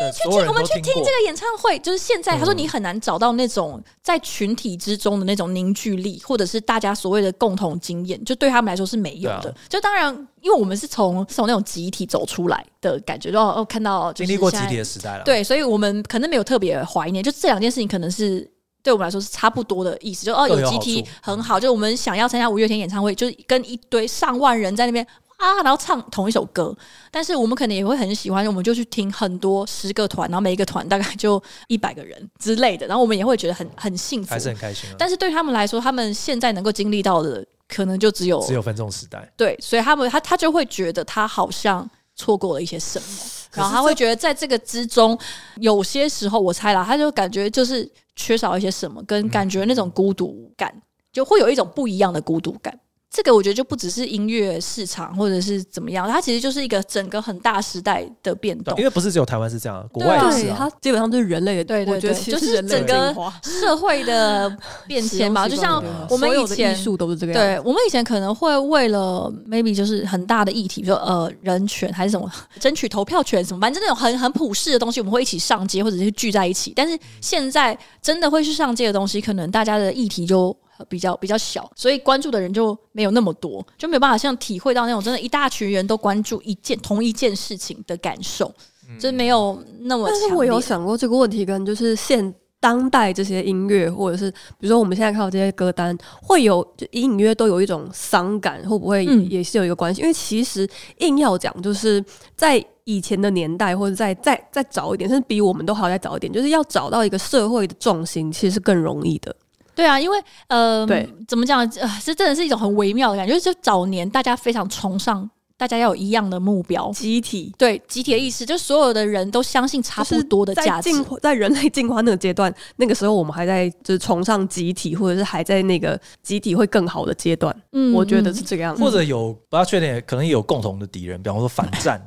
Speaker 3: 对，
Speaker 1: 去
Speaker 3: 所
Speaker 1: 听，
Speaker 3: 有人
Speaker 1: 我们
Speaker 3: 都
Speaker 1: 去听
Speaker 3: 听过
Speaker 1: 这个演唱会，就是现在
Speaker 3: 嗯
Speaker 1: 他说你很难找到那种在群体之中的那种凝聚力，或者是大家所谓的共同经验，就对他们来说是没有
Speaker 3: 对
Speaker 1: 的
Speaker 3: 啊。
Speaker 1: 就当然，因为我们是从是从那种集体走出来的感觉，就哦哦看到就
Speaker 3: 经
Speaker 1: 是
Speaker 3: 历过集
Speaker 1: 现在
Speaker 3: 体的时代了。
Speaker 1: 对，所以我们可能没有特别怀念，就这两件事情可能是。对我们来说是差不多的意思，就哦
Speaker 3: 各有
Speaker 1: 有集
Speaker 3: 好
Speaker 1: 体
Speaker 3: 处
Speaker 1: 很好，就我们想要参加五月天演唱会，就是跟一堆上万人在那边啊，然后唱同一首歌，但是我们可能也会很喜欢，我们就去听很多十个团，然后每一个团大概就一百个人之类的，然后我们也会觉得很很幸福
Speaker 3: 还。是很开心啊。
Speaker 1: 但是对他们来说，他们现在能够经历到的可能就只有
Speaker 3: 只有分众时代，
Speaker 1: 对，所以他们他他就会觉得他好像错过了一些什么，然后他会觉得在这个之中，有些时候我猜啦，他就感觉就是缺少一些什么，跟感觉那种孤独感，就会有一种不一样的孤独感。这个我觉得就不只是音乐市场或者是怎么样，它其实就是一个整个很大时代的变
Speaker 3: 对啊
Speaker 1: 动
Speaker 3: 因。为不是只有台湾是这样啊，国
Speaker 1: 对
Speaker 3: 外
Speaker 1: 啊
Speaker 3: 也是
Speaker 2: 对
Speaker 3: 啊
Speaker 2: 它。基本上就是人类的，
Speaker 1: 对对
Speaker 2: 我觉得
Speaker 1: 对
Speaker 2: 其
Speaker 1: 就
Speaker 2: 实
Speaker 1: 是
Speaker 2: 人类
Speaker 1: 整
Speaker 2: 的
Speaker 1: 个
Speaker 2: 进化
Speaker 1: 社会的变迁 吧，就像我们
Speaker 2: 所
Speaker 1: 以
Speaker 2: 有的艺
Speaker 1: 前
Speaker 2: 术都是这个样子。
Speaker 1: 对我们以前可能会为了 maybe 就是很大的议题，比如说呃人权还是什么， 争取投票权什么，反正那种很很普世的东西，我们会一起上街或者是聚在一起。但是现在真的会去上街的东西，可能大家的议题就。比较比较小，所以关注的人就没有那么多，就没有办法像体会到那种真的，一大群人都关注一件同一件事情的感受，就是没有那么
Speaker 2: 但
Speaker 1: 强烈。
Speaker 2: 是我有想过这个问题，跟就是现当代这些音乐，或者是比如说我们现在看到这些歌单，会有就隐隐约都有一种伤感，会不会
Speaker 1: 嗯
Speaker 2: 也是有一个关系？因为其实硬要讲，就是在。以前的年代，或者再再再早一点，甚至比我们都还要再早一点，就是要找到一个社会的重心，其实是更容易的。
Speaker 1: 对啊，因为呃，
Speaker 2: 对
Speaker 1: 怎么讲？呃，这真的是一种很微妙的感觉。就是早年大家非常崇尚，大家要有一样的目标，
Speaker 2: 集体
Speaker 1: 对集体的意识，就所有的人都相信差不多的
Speaker 2: 就是
Speaker 1: 价
Speaker 2: 在
Speaker 1: 值。
Speaker 2: 进化，在人类进化那个阶段，那个时候我们还在就是崇尚集体，或者是还在那个集体会更好的阶段。
Speaker 1: 嗯
Speaker 2: 我觉得是这个样子。
Speaker 3: 或者有不要确定，可能也有共同的敌人，比方说反 战，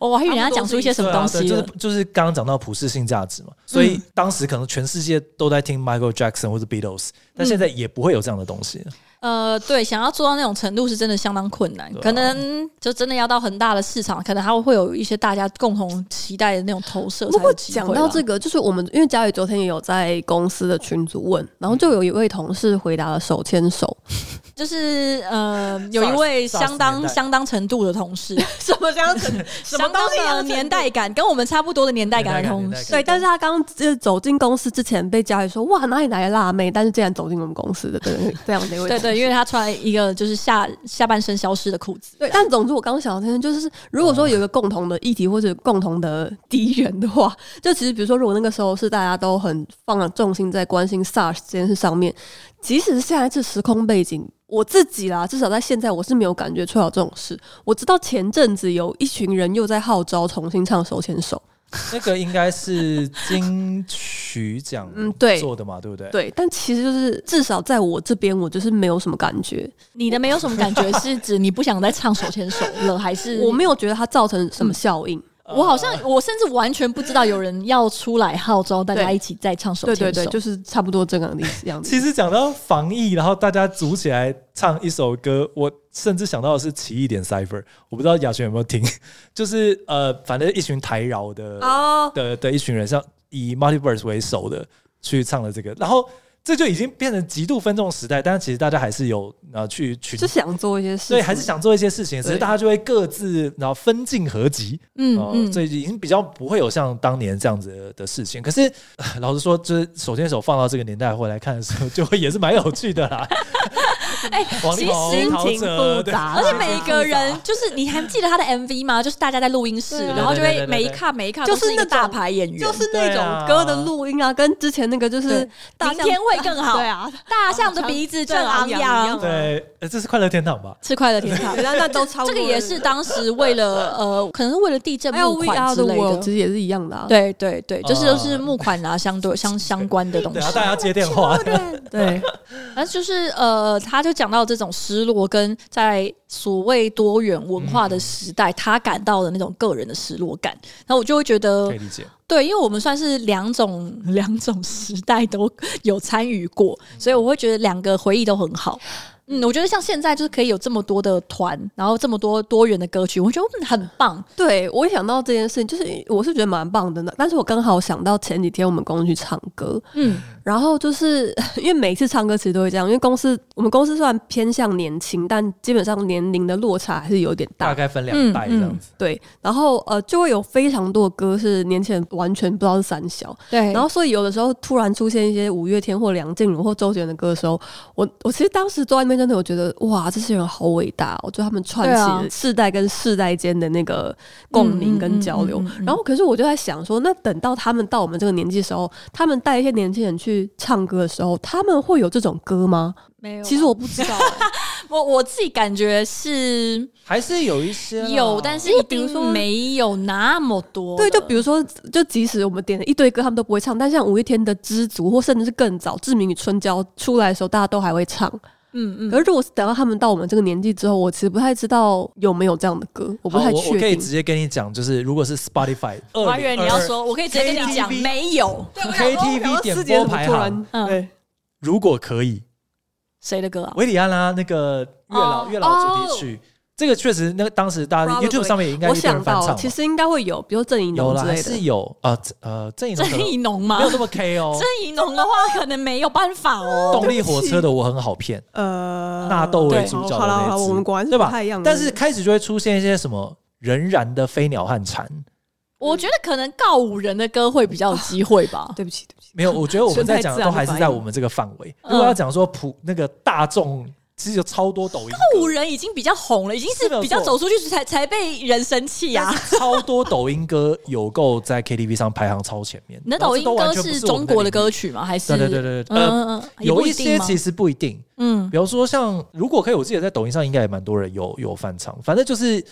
Speaker 1: 哦我还以为人家讲出一些 什么东西
Speaker 3: 对啊
Speaker 1: 了嗯
Speaker 3: 对就是就是刚刚讲到普世性价值嘛，所以当时可能全世界都在听 Michael Jackson 或者 Beatles，但现在也不会有这样的东西了。
Speaker 1: 呃，对，想要做到那种程度是真的相当困难，
Speaker 3: 对啊
Speaker 1: 可能就真的要到很大的市场，可能它会有一些大家共同期待的那种投射嗯
Speaker 2: 不
Speaker 1: 才有
Speaker 2: 过
Speaker 1: 机会啦。
Speaker 2: 讲到这个，就是我们因为佳宇昨天也有在公司的群组问，然后就有一位同事回答了手牵手，
Speaker 1: 嗯就是呃，有一
Speaker 3: SARS-
Speaker 1: 位
Speaker 3: SARS
Speaker 1: 相当
Speaker 3: 年代
Speaker 1: 相当程度的同事，
Speaker 2: 什么这样子？什
Speaker 1: 相当的年代感，跟我们差不多的年代感的
Speaker 3: 年代感
Speaker 1: 同
Speaker 3: 年代
Speaker 1: 事
Speaker 3: 感。
Speaker 2: 对，但是他刚就是走进公司之前被佳宇说哇哪里来的辣妹，但是竟然走进我们公司的，对这样的一位同事。
Speaker 1: 对 对，因为他穿一个就是下下半身消失的裤子。
Speaker 2: 对，但总之我刚刚想到的天就是，如果
Speaker 3: 哦
Speaker 2: 说有一个共同的议题或者共同的敌人的话，就其实比如说，如果那个时候是大家都很放了重心在关心 SARS 这件事上面，即使是现在这时空背景，我自己啦，至少在现在我是没有感觉出来有这种事。我知道前阵子有一群人又在号召重新唱手牵手，
Speaker 3: 那个应该是金曲奖
Speaker 2: 嗯对
Speaker 3: 做的嘛，对不对？
Speaker 2: 对，但其实就是至少在我这边，我就是没有什么感觉，
Speaker 1: 你的没有什么感觉，是指你不想再唱手牵手了，还是呃
Speaker 2: 我没有觉得它造成
Speaker 3: 嗯
Speaker 2: 什么效应。
Speaker 3: 呃
Speaker 1: 我好像我甚至完全不知道有人要出来号召大家
Speaker 2: 对
Speaker 1: 一起再唱手
Speaker 2: 对
Speaker 1: 牵手。
Speaker 2: 对对，就是差不多这个样 子。
Speaker 3: 其实讲到防疫，然后大家组起来唱一首歌，我甚至想到的是《奇异点 Cipher》，我不知道雅璇有没有听， 就是呃，反正一群台饶的
Speaker 2: 哦，
Speaker 3: 的的一群人，像以 Multiverse 为首的去唱了这个，然后这就已经变成极度分众时代，但是其实大家还是有呃去群
Speaker 2: 就，想做一些事情，
Speaker 3: 对，还是想做一些事情，只是
Speaker 2: 对
Speaker 3: 大家就会各自然后分进合集，
Speaker 1: 嗯
Speaker 3: 哦、
Speaker 1: 嗯，
Speaker 3: 所以已经比较不会有像当年这样子的的事情。可是、呃老实说，就是手牵手放到这个年代回来看的时候，就会也是蛮有趣的啦。
Speaker 1: 哎
Speaker 3: 王力
Speaker 1: 其
Speaker 3: 宏、
Speaker 1: 实
Speaker 3: 陶
Speaker 2: 心情
Speaker 3: 喆，
Speaker 2: 复
Speaker 3: 对
Speaker 2: 杂，
Speaker 1: 而且每个人就是你还记得他的 MV 吗？就是大家在录音室，
Speaker 2: 对啊
Speaker 1: 然后就
Speaker 3: 对对对
Speaker 1: 会
Speaker 3: 对
Speaker 1: 每一卡每一卡
Speaker 2: 就是
Speaker 1: 都一个
Speaker 2: 那种
Speaker 1: 大牌演员，
Speaker 2: 就是那种歌的录音啊，跟之前那个就是
Speaker 1: 对
Speaker 2: 大
Speaker 1: 明
Speaker 2: 象
Speaker 1: 天会更好
Speaker 2: 对啊，
Speaker 1: 大象的鼻子正昂
Speaker 2: 正昂
Speaker 1: 扬
Speaker 2: 扬，
Speaker 3: 对，呃这是快乐天堂吧？
Speaker 1: 是快乐天堂
Speaker 2: 人。家那都超
Speaker 1: 这个也是当时为 了呃，可能是为了地震
Speaker 2: 还有
Speaker 1: 募
Speaker 2: We
Speaker 1: 款
Speaker 2: Are
Speaker 1: 之
Speaker 2: the
Speaker 1: 类
Speaker 2: World
Speaker 1: 的
Speaker 2: 其。实也是一样的啊，
Speaker 1: 对对对，就是
Speaker 3: 啊
Speaker 1: 都是募款啊，相对相相关的东西
Speaker 3: 对啊，。大家接电话，
Speaker 1: 对，那就是呃，他就讲到这种失落跟在所谓多元文化的时代，他感到的那种个人的失落感。然后我就会觉得
Speaker 3: 可以，理解。
Speaker 1: 对，因为我们算是两种两种时代都有参与过，所以我会觉得两个回忆都很好。嗯，我觉得像现在就是可以有这么多的团，然后这么多多元的歌曲，我觉得嗯很棒。
Speaker 2: 对，我也想到这件事情，就是我是觉得蛮棒的呢。但是我刚好想到前几天我们公司去唱歌，
Speaker 1: 嗯
Speaker 2: 然后就是 因为每次唱歌其实都会这样，因为公司我们公司虽然偏向年轻，但基本上年龄的落差还是有点
Speaker 3: 大
Speaker 2: 大。嗯
Speaker 3: 概分两代这样子。
Speaker 2: 对，然后呃，就会有非常多的歌是年轻人完全不知道是三小，
Speaker 1: 对
Speaker 2: 然后所以有的时候突然出现一些五月天或梁静茹或周杰伦的歌的时候，我我其实当时坐在那边真的有觉得哇，这些人好伟大、我觉得他们串
Speaker 1: 对
Speaker 2: 起
Speaker 1: 啊
Speaker 2: 了世代跟世代间的那个共鸣跟交流。
Speaker 1: 嗯嗯嗯嗯嗯嗯
Speaker 2: 然后可是我就在想说，那等到他们到我们这个年纪的时候，他们带一些年轻人去唱歌的时候，他们会有这种歌吗？
Speaker 1: 没有啊
Speaker 2: 其实我不知
Speaker 1: 欸
Speaker 2: 道、
Speaker 1: 我我自己感觉是
Speaker 3: 还是有一些啦
Speaker 1: 嗯有，但是一定没有那么多。
Speaker 2: 对，就比
Speaker 1: 如
Speaker 2: 如说，就即使我们点了一堆歌，他们都不会唱，但像五月天的《知足》或甚至是更早《志明与春娇》出来的时候，大家都还会唱。
Speaker 1: 嗯嗯
Speaker 2: 可，是如果是等到他们到我们这个年纪之后，我其实不太知道有没有这样的歌，
Speaker 3: 我
Speaker 2: 我不太
Speaker 3: 我我可
Speaker 2: 确
Speaker 3: 以
Speaker 2: 定
Speaker 3: 直。接跟你讲，就是如果是 Spotify，
Speaker 1: 我以为你要说，我可以直接跟你讲
Speaker 3: KTV
Speaker 1: 没有
Speaker 3: KTV 点播排行，
Speaker 1: 嗯
Speaker 2: 对，
Speaker 3: 如果可以，
Speaker 1: 谁的歌啊？
Speaker 3: 维里安拉那个月老
Speaker 1: 哦
Speaker 3: 月老主题曲，这个确实那个当时大家
Speaker 2: Probably
Speaker 3: YouTube 上面也应该
Speaker 2: 我
Speaker 3: 一堆
Speaker 2: 想
Speaker 3: 人翻唱
Speaker 2: 到
Speaker 3: 吧，
Speaker 2: 其实应该会有，比如说郑怡
Speaker 3: 有
Speaker 2: 农
Speaker 3: 啦，
Speaker 2: 之
Speaker 3: 还
Speaker 2: 类的
Speaker 3: 是。有呃呃郑怡农可
Speaker 1: 郑
Speaker 3: 能
Speaker 1: 怡农
Speaker 2: 啊
Speaker 1: 吗
Speaker 3: 没？有这么 K 哦
Speaker 1: 郑。怡农的话可能没有办法哦。
Speaker 3: 动力火车的我很好骗，
Speaker 2: 呃
Speaker 3: 纳豆为主角的
Speaker 2: 好了好
Speaker 3: 那
Speaker 2: 了，
Speaker 3: 一
Speaker 2: 我们
Speaker 3: 次，
Speaker 2: 果然
Speaker 3: 对
Speaker 2: 是不
Speaker 3: 吧
Speaker 2: 太一样的。
Speaker 3: 但是开始就会出现一些什么仍然的飞鸟和蝉，
Speaker 1: 我觉得可能告五人的歌会比较有机会吧。
Speaker 2: 对不起，对不起，
Speaker 3: 没有，我觉得我们在讲的都还是在我们这个范围。
Speaker 2: 嗯
Speaker 3: 如果要讲说普那个大众，其实有超多抖音歌
Speaker 1: 五人已经比较红了，已经
Speaker 3: 是
Speaker 1: 是
Speaker 3: 没有
Speaker 1: 比较
Speaker 3: 错
Speaker 1: 走出去才才被人生气呀、啊。
Speaker 3: 超多抖音歌有够在 KTV 上排行超前面。
Speaker 1: 你的抖音歌是中国的歌
Speaker 3: 曲？
Speaker 1: 曲吗？还是
Speaker 3: 对对对对对，呃，
Speaker 1: 嗯嗯，
Speaker 3: 有一些其
Speaker 1: 实
Speaker 3: 实不一定，
Speaker 1: 嗯
Speaker 3: 比如说像如果可以，我记得在抖音上应该也蛮多人有有翻唱，反正就是，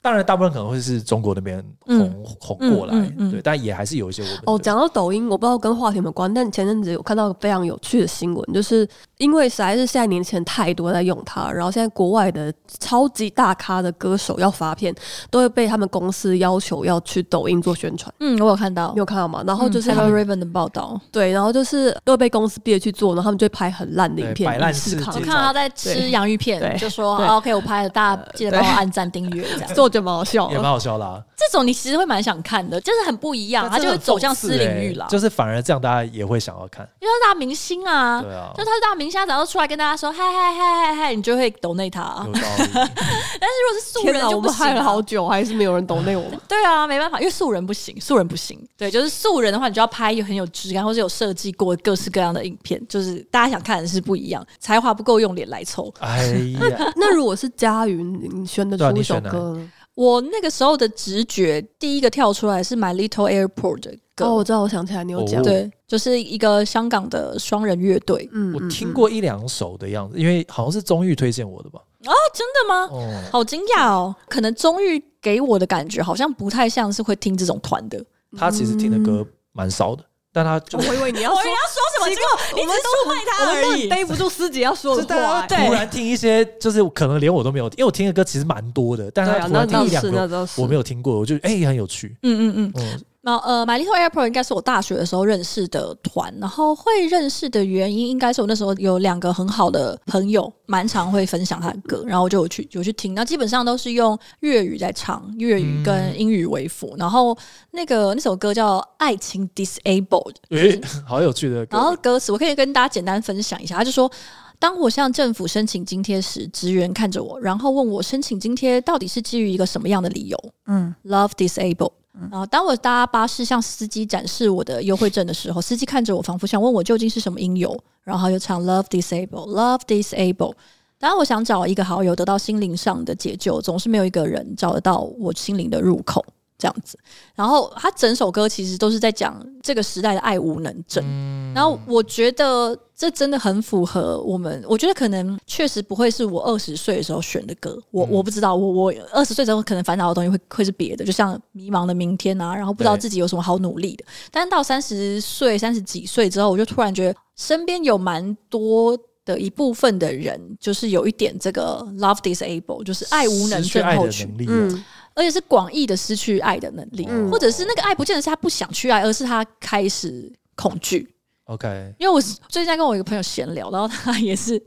Speaker 3: 当然大部分可能会是中国那边红红过来
Speaker 1: 嗯嗯嗯，嗯
Speaker 3: 对，但也还是有一些我们
Speaker 2: 哦，
Speaker 3: 的
Speaker 2: 讲到抖音，我不知道跟话题有没有关，但前阵子有看到非常有趣的新闻，就是因为实在是现在年轻人太多在用它，然后现在国外的超级大咖的歌手要发片，都会被他们公司要求要去抖音做宣传，
Speaker 1: 嗯，我有看到
Speaker 2: 你，有看到吗？然后就是
Speaker 1: 嗯
Speaker 2: 他
Speaker 1: Sarah
Speaker 2: 们、
Speaker 1: Raven 的报道，
Speaker 2: 对，然后就是都会被公司逼着去做，然后他们就会拍很烂的
Speaker 3: 对
Speaker 2: 影片，
Speaker 3: 摆烂
Speaker 2: 以示
Speaker 3: 事
Speaker 1: 我
Speaker 2: 抗
Speaker 3: 件
Speaker 2: 议
Speaker 1: 看到他在吃
Speaker 2: 对
Speaker 1: 洋芋片，
Speaker 2: 对
Speaker 1: 就说
Speaker 2: 对
Speaker 1: 啊 OK，我拍了，大家记得帮我按赞订阅这样。
Speaker 2: 这我觉得蛮好
Speaker 1: 哦
Speaker 2: 笑
Speaker 3: 也
Speaker 2: 的
Speaker 3: 蛮。好笑啦、啊
Speaker 1: 这种你其实会蛮想看的，就是很不一样，他
Speaker 3: 但
Speaker 1: 啊就
Speaker 3: 真的
Speaker 1: 会
Speaker 3: 很
Speaker 1: 走向
Speaker 3: 讽刺
Speaker 1: 私领
Speaker 3: 欸
Speaker 1: 域了，
Speaker 3: 就是反而这样大家也会想要看，
Speaker 1: 因为他是大明星啊。
Speaker 3: 对啊
Speaker 1: 就，他是大明星，他只要出来跟大家说嗨嗨嗨嗨嗨，你就会抖内他啊、
Speaker 3: 有道理。
Speaker 1: 如果是素
Speaker 2: 天
Speaker 1: 人
Speaker 2: 哪，
Speaker 1: 就
Speaker 2: 我
Speaker 1: 不
Speaker 2: 们
Speaker 1: 行、
Speaker 2: 害了
Speaker 1: 啊
Speaker 2: 好。久，还是没有人懂那我们。
Speaker 1: 对啊，没办法，因为素人不行，素人不行。对，就是素人的话，你就要拍很有质感，或是有设计过各式各样的影片，就是大家想看的是不一样。才华不够用脸来凑。
Speaker 3: 哎 呀，
Speaker 2: 那如果是佳云，你选得
Speaker 3: 对啊
Speaker 2: 出
Speaker 3: 你
Speaker 2: 一首
Speaker 3: 选哪
Speaker 2: 歌呢？
Speaker 1: 我那个时候的直觉，第一个跳出来是《My Little Airport》的歌，
Speaker 2: 哦，我知道，我想起来，你有讲
Speaker 3: 哦。
Speaker 1: 对，就是一个香港的双人乐队。
Speaker 2: 嗯
Speaker 3: 我听
Speaker 2: 过。嗯
Speaker 3: 过一两首的样子，因为好像是钟玉推荐我的吧？
Speaker 1: 哦，真的吗？
Speaker 3: 哦，
Speaker 1: 好惊讶哦！可能钟玉给我的感觉好像不太像是会听这种团的。
Speaker 3: 他其实听的歌
Speaker 1: 嗯
Speaker 3: 蛮少的，但他就
Speaker 1: 哦
Speaker 2: 我以为你要
Speaker 1: 我
Speaker 2: 说
Speaker 1: 以为要说什么
Speaker 2: 奇
Speaker 1: 结
Speaker 2: 怪
Speaker 1: 果你
Speaker 2: 我们
Speaker 1: 只出卖他而已
Speaker 2: 背不住师姐 要说
Speaker 3: 是
Speaker 2: 的
Speaker 3: 大
Speaker 2: 话、欸。
Speaker 3: 家突然听一些，就是可能连我都没有听，因为我听的歌其实蛮多的，但
Speaker 2: 对
Speaker 3: 他
Speaker 2: 啊，
Speaker 3: 突
Speaker 2: 那
Speaker 3: 然听
Speaker 2: 倒
Speaker 3: 一两
Speaker 2: 是，那
Speaker 3: 个
Speaker 2: 倒是。
Speaker 3: 我没有听过，我就哎、很有趣。
Speaker 1: 嗯嗯嗯，
Speaker 3: 嗯，
Speaker 1: 那呃，My Little Airport 应该是我大学的时候认识的团，然后会认识的原因应该是我那时候有两个很好的朋友，蛮常会分享他的歌，然后我就有去有去听，那基本上都是用粤语在唱，粤语跟英语为辅，然后那个那首歌叫《爱情 Disabled》，
Speaker 3: 诶、好有趣的歌。
Speaker 1: 然后歌词我可以跟大家简单分享一下，他就说。当我向政府申请津贴时，职员看着我，然后问我申请津贴到底是基于一个什么样的理由
Speaker 4: 嗯，
Speaker 1: ？Love disabled。然后当我搭巴士向司机展示我的优惠证的时候，司机看着我，仿佛想问我究竟是什么因由，然后又唱 Love disabled，Love disabled。当我想找一个好友得到心灵上的解救，总是没有一个人找得到我心灵的入口，这样子。然后他整首歌其实都是在讲这个时代的爱无能症。然后我觉得这真的很符合我们，我觉得可能确实不会是我二十岁的时候选的歌，我我不知道，我我二十岁之后可能烦恼的东西会会是别的，就像迷茫的明天啊，然后不知道
Speaker 3: 对
Speaker 1: 自己有什么好努力的。但是到三十岁、三十几岁之后，我就突然觉得身边有蛮多。的一部分的人，就是有一点这个 love disabled，就是爱无能
Speaker 3: 失去
Speaker 1: 症
Speaker 3: 爱的
Speaker 1: 候群，
Speaker 3: 能力、啊，
Speaker 2: 嗯，
Speaker 1: 而且是广义的失去爱的能力，
Speaker 3: 嗯
Speaker 1: 或者是那个爱不见得是他不想去爱，而是他开始恐惧。
Speaker 3: OK，
Speaker 1: 因为我最近在跟我一个朋友闲聊，然后他也是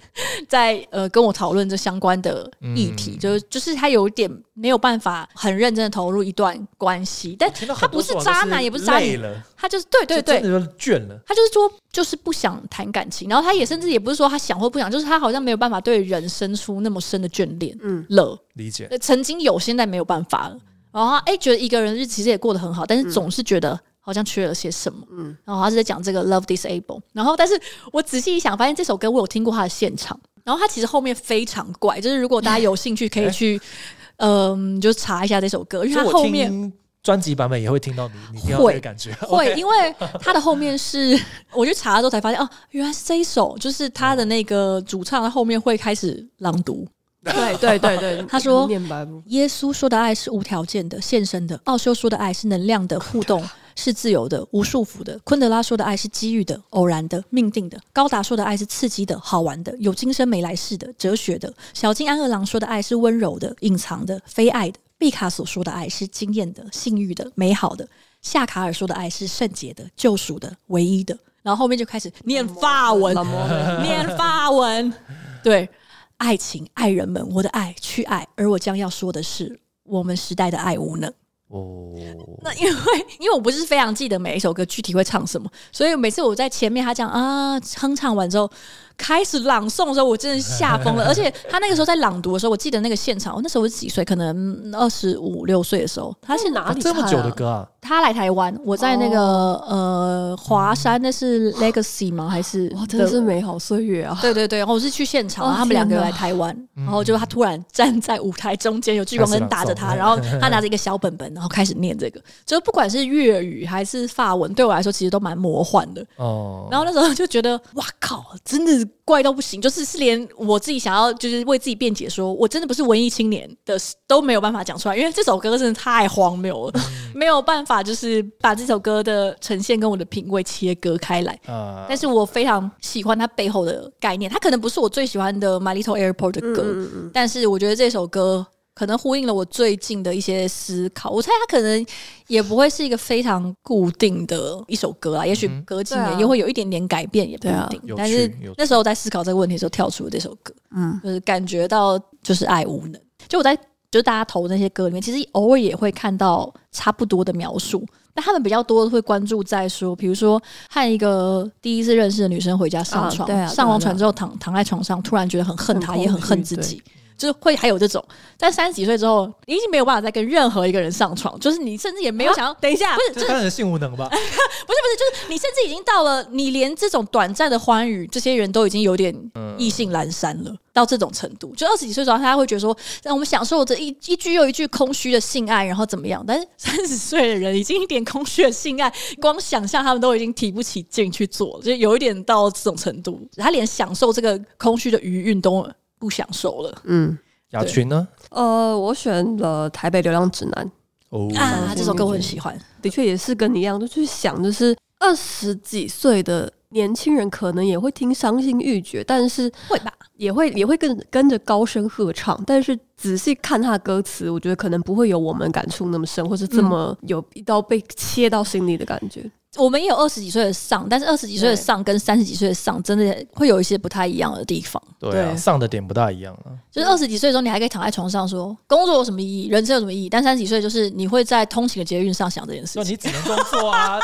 Speaker 1: 在呃跟我讨论这相关的议题，
Speaker 3: 嗯
Speaker 1: 就是就是他有一点没有办法很认真的投入一段关系，但
Speaker 3: 听到很
Speaker 1: 他不
Speaker 3: 多
Speaker 1: 是
Speaker 3: 种
Speaker 1: 渣
Speaker 3: 就
Speaker 1: 男也不是渣
Speaker 3: 累
Speaker 1: 女
Speaker 3: 了，
Speaker 1: 他就是对对
Speaker 3: 就
Speaker 1: 对
Speaker 3: 真，的就倦了。
Speaker 1: 他就是说，就是不想谈感情，然后他也甚至也不是说他想或不想，就是他好像没有办法对人生出那么深的眷恋，嗯
Speaker 2: 嗯，
Speaker 1: 了，
Speaker 3: 理解，
Speaker 1: 呃曾经有，现在没有办法了。然后他哎、觉得一个人日子其实也过得很好，但是总是觉得好像缺了些什么。嗯
Speaker 2: 嗯，
Speaker 1: 然后他是在讲这个 Love Disabled，然后但是我仔细一想，发现这首歌我有听过他的现场，然后他其实后面非常怪，就是如果大家有兴趣可以去，嗯、就查一下这首歌，因为
Speaker 3: 就
Speaker 1: 他
Speaker 3: 我
Speaker 1: 后面
Speaker 3: 听专辑版本也会听到你，你听到
Speaker 1: 会
Speaker 3: 这个感觉哦
Speaker 1: 会，
Speaker 3: OK
Speaker 1: 因为它的后面是，我去查了之后才发现，哦，原来是这一首，就是他的那个主唱他后面会开始朗读。
Speaker 2: 对对对对，
Speaker 1: 他说
Speaker 2: 念白不
Speaker 1: 耶稣说的爱是无条件的、献身的；奥修说的爱是能量的互动，是自由的、无束缚的；昆德拉说的爱是机遇的、偶然的、命定的；高达说的爱是刺激的、好玩的、有今生没来世的、哲学的；小津安二郎说的爱是温柔的、隐藏的、非爱的；毕卡索说的爱是惊艳的、性欲的、美好的；夏卡尔说的爱是圣洁的、救赎的、唯一的。然后后面就开始念法文，
Speaker 2: 冷漠的
Speaker 1: 念法文。对，爱情，爱人们，我的爱，去爱。而我将要说的是，我们时代的爱无能。
Speaker 3: 哦，
Speaker 1: 那因为因为我不是非常记得每一首歌具体会唱什么，所以每次我在前面他讲啊哼唱完之后，开始朗诵的时候，我真的吓疯了。而且他那个时候在朗读的时候，我记得那个现场，我那时候我几岁，可能嗯二十五六岁的时候，他是哪
Speaker 3: 啊
Speaker 1: 里
Speaker 3: 这
Speaker 1: 唱
Speaker 3: 么
Speaker 1: 啊
Speaker 3: 久的歌啊，
Speaker 1: 他来台湾，我在那个、呃华山，那是 Legacy 吗？还是
Speaker 2: 哇，哦真的是美好岁月啊！
Speaker 1: 对对对，然后我是去现场，
Speaker 2: 哦
Speaker 1: 然后他们两个
Speaker 2: 天哪
Speaker 1: 来台湾，然后就他突然站在舞台中间，有聚光灯打着他，
Speaker 3: 开始
Speaker 1: 然
Speaker 3: 朗
Speaker 1: 后
Speaker 3: 诵
Speaker 1: 他拿着一个小本本，然后开始念这个，就不管是粤语还是法文，对我来说其实都蛮魔幻的。
Speaker 3: 哦，
Speaker 1: 然后那时候就觉得，哇靠，真的怪到不行，就是是连我自己想要就是为自己辩解说，我真的不是文艺青年的都没有办法讲出来，因为这首歌真的太荒谬了，没有办法就是把这首歌的呈现跟我的品味切割开来。
Speaker 3: 啊
Speaker 1: 但是我非常喜欢它背后的概念，它可能不是我最喜欢的《My Little Airport》的歌，
Speaker 3: 嗯
Speaker 1: 但是我觉得这首歌可能呼应了我最近的一些思考。我猜它可能也不会是一个非常固定的一首歌啊，也许
Speaker 3: 嗯哼
Speaker 1: 隔几
Speaker 2: 对
Speaker 1: 年
Speaker 2: 啊
Speaker 1: 又会有一点点改变，也不一定。
Speaker 3: 有趣
Speaker 1: 但是
Speaker 3: 有趣
Speaker 1: 那时候在思考这个问题的时候，跳出了这首歌，
Speaker 4: 嗯，
Speaker 1: 就是感觉到就是爱无能。就我在就是大家投的那些歌里面，其实偶尔也会看到差不多的描述，但他们比较多会关注在说，比如说和一个第一次认识的女生回家上床，
Speaker 2: 啊对啊对啊
Speaker 1: 上完床之后躺躺在床上，突然觉得很恨她，
Speaker 2: 很空虚
Speaker 1: 也很恨自己。就是会还有这种，在三十几岁之后，你已经没有办法再跟任何一个人上床，就是你甚至也没
Speaker 2: 啊
Speaker 1: 有想要，
Speaker 2: 等一下
Speaker 1: 不，是，就
Speaker 3: 这
Speaker 1: 是
Speaker 3: 当然性无能 吧？
Speaker 1: 不是不是，就是你甚至已经到了，你连这种短暂的欢愉，这些人都已经有点意兴阑珊了，到这种程度。就二十几岁的时候，大家会觉得说，让我们享受着一一句又一句空虚的性爱，然后怎么样？但是 三十岁的人已经一点空虚的性爱，光想象他们都已经提不起劲去做了，就有一点到这种程度，他连享受这个空虚的余韵都不享受了
Speaker 2: 嗯，
Speaker 3: 雅群呢？
Speaker 2: 呃，我选了《台北流浪指南》，
Speaker 3: 哦
Speaker 1: 啊
Speaker 2: 嗯
Speaker 1: 啊！这首歌我很喜欢，
Speaker 2: 的确也是跟你一样，就去想，就是二十几岁的年轻人可能也会听伤心欲绝，但是
Speaker 1: 会吧？
Speaker 2: 也会也会跟跟着高声合唱，但是仔细看他的歌词，我觉得可能不会有我们感触那么深，或是这么有一刀被切到心里的感觉。
Speaker 1: 我们也有二十几岁的丧，但是二十几岁的丧跟三十几岁的丧真的会有一些不太一样的地方。
Speaker 3: 对啊，
Speaker 2: 对
Speaker 3: 上的点不大一样啊。
Speaker 1: 就是二十几岁的时候，你还可以躺在床上说工作有什么意义，人生有什么意义，但三十几岁就是你会在通勤的捷运上想这件事
Speaker 3: 就
Speaker 1: 情。
Speaker 3: 你只能工作 啊，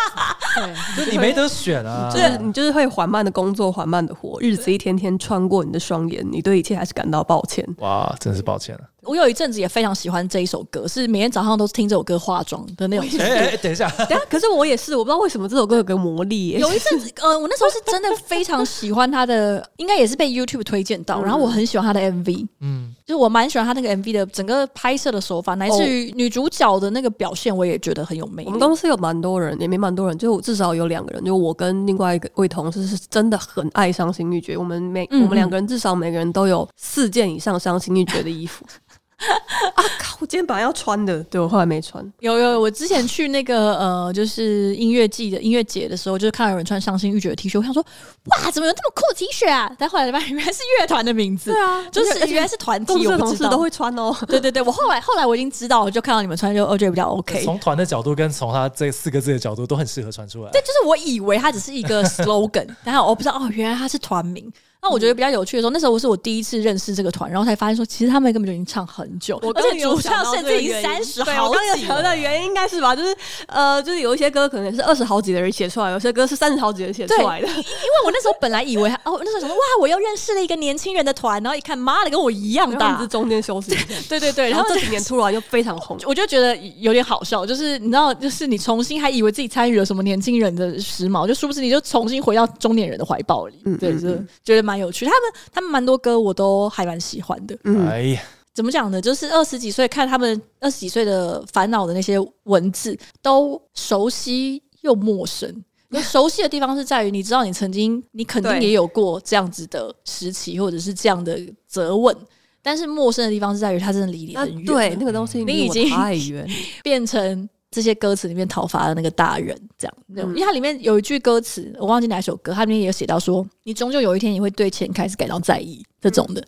Speaker 2: 对，
Speaker 3: 就你没得选啊。
Speaker 2: 就是你就是会缓慢的工作，缓慢的活，日子一天天穿过你的双眼，你对一切还是感到抱歉。
Speaker 3: 哇，真是抱歉啊了。
Speaker 1: 我有一阵子也非常喜欢这一首歌，是每天早上都听这首歌化妆的那种。
Speaker 3: 哎哎、哎等一下，
Speaker 2: 对啊，可是我也是，我不知道为什么这首歌有个魔力耶、
Speaker 1: 有一阵子，呃，我那时候是真的非常喜欢他的，应该也是被 YouTube 推荐
Speaker 2: 嗯
Speaker 1: 到，然后我很喜欢他的 MV，
Speaker 3: 嗯，
Speaker 1: 就是我蛮喜欢他那个 MV 的整个拍摄的手法，乃至于女主角的那个表现，我也觉得很有魅力。
Speaker 2: 我们公司有蛮多人，也没蛮多人，就至少有两个人，就我跟另外一个位同事是真的很爱伤心欲绝。我们每、
Speaker 1: 嗯
Speaker 2: 我们两个人至少每个人都有四件以上伤心欲绝的衣服。 啊靠！我今天本来要穿的，对我后来没穿。
Speaker 1: 有有，我之前去那个呃，就是音乐季的音乐节的时候，就是看到有人穿伤心欲绝的 T 恤，我想说，哇，怎么有这么酷的 T 恤啊？但后来发现原来是乐团的名字，
Speaker 2: 啊
Speaker 1: 就是原来是团
Speaker 2: 公
Speaker 1: 体，
Speaker 2: 司
Speaker 1: 我
Speaker 2: 的
Speaker 1: 不
Speaker 2: 同
Speaker 1: 知
Speaker 2: 事
Speaker 1: 道
Speaker 2: 都。会穿哦。
Speaker 1: 对对对，我后来后来我已经知道，我就看到你们穿就我觉得比较 OK。
Speaker 3: 从团的角度跟从他这四个字的角度都很适合传出来。
Speaker 1: 对，就是我以为它只是一 个 slogan，然后我不知道哦，原来它是团名。那我觉得比较有趣的时候，那时候我是我第一次认识这个团，然后才发现说，其实他们根本就已经唱很久， 而且主唱甚至已经三十
Speaker 2: 对，我
Speaker 1: 好
Speaker 2: 刚刚
Speaker 1: 几
Speaker 2: 有
Speaker 1: 了
Speaker 2: 想到原因应该是吧，就是呃，就是有一些歌可能是二十好几的人写出来，有些歌是三十好几的人写出来的。
Speaker 1: 因为我那时候本来以为他，哦，那时候想说哇，我又认识了一个年轻人的团，然后一看，妈的，跟我一样
Speaker 2: 然后你
Speaker 1: 大
Speaker 2: 是，中间休息一下，
Speaker 1: 对对对，
Speaker 2: 然
Speaker 1: 然
Speaker 2: 后
Speaker 1: 后
Speaker 2: 这几年突然又非常红。
Speaker 1: 我就觉得有点好笑，就是你知道，就是你重新还以为自己参与了什么年轻人的时髦，就殊不知你就重新回到中年人的怀抱里，
Speaker 2: 嗯
Speaker 1: 对，
Speaker 2: 嗯
Speaker 1: 就觉得蛮有趣。他们他们蛮多歌我都还蛮喜欢的，
Speaker 2: 嗯，
Speaker 3: 哎呀，
Speaker 1: 怎么讲呢？就是二十几岁看他们二十几岁的烦恼的那些文字，都熟悉又陌生。就熟悉的地方是在于，你知道你曾 经，你肯定
Speaker 2: 对
Speaker 1: 也有过这样子的时期，或者是这样的责问。但是陌生的地方是在于，它真的离你
Speaker 2: 那
Speaker 1: 很远，啊
Speaker 2: 对，那个东西
Speaker 1: 你
Speaker 2: 离
Speaker 1: 已
Speaker 2: 我
Speaker 1: 经
Speaker 2: 太远，
Speaker 1: 变成这些歌词里面讨伐的那个大人，这样。
Speaker 2: 嗯
Speaker 1: 因为它里面有一句歌词，我忘记哪一首歌，它里面也有写到说，你终究有一天也会对钱开始感到在意这种的。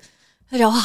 Speaker 1: 他觉得哇，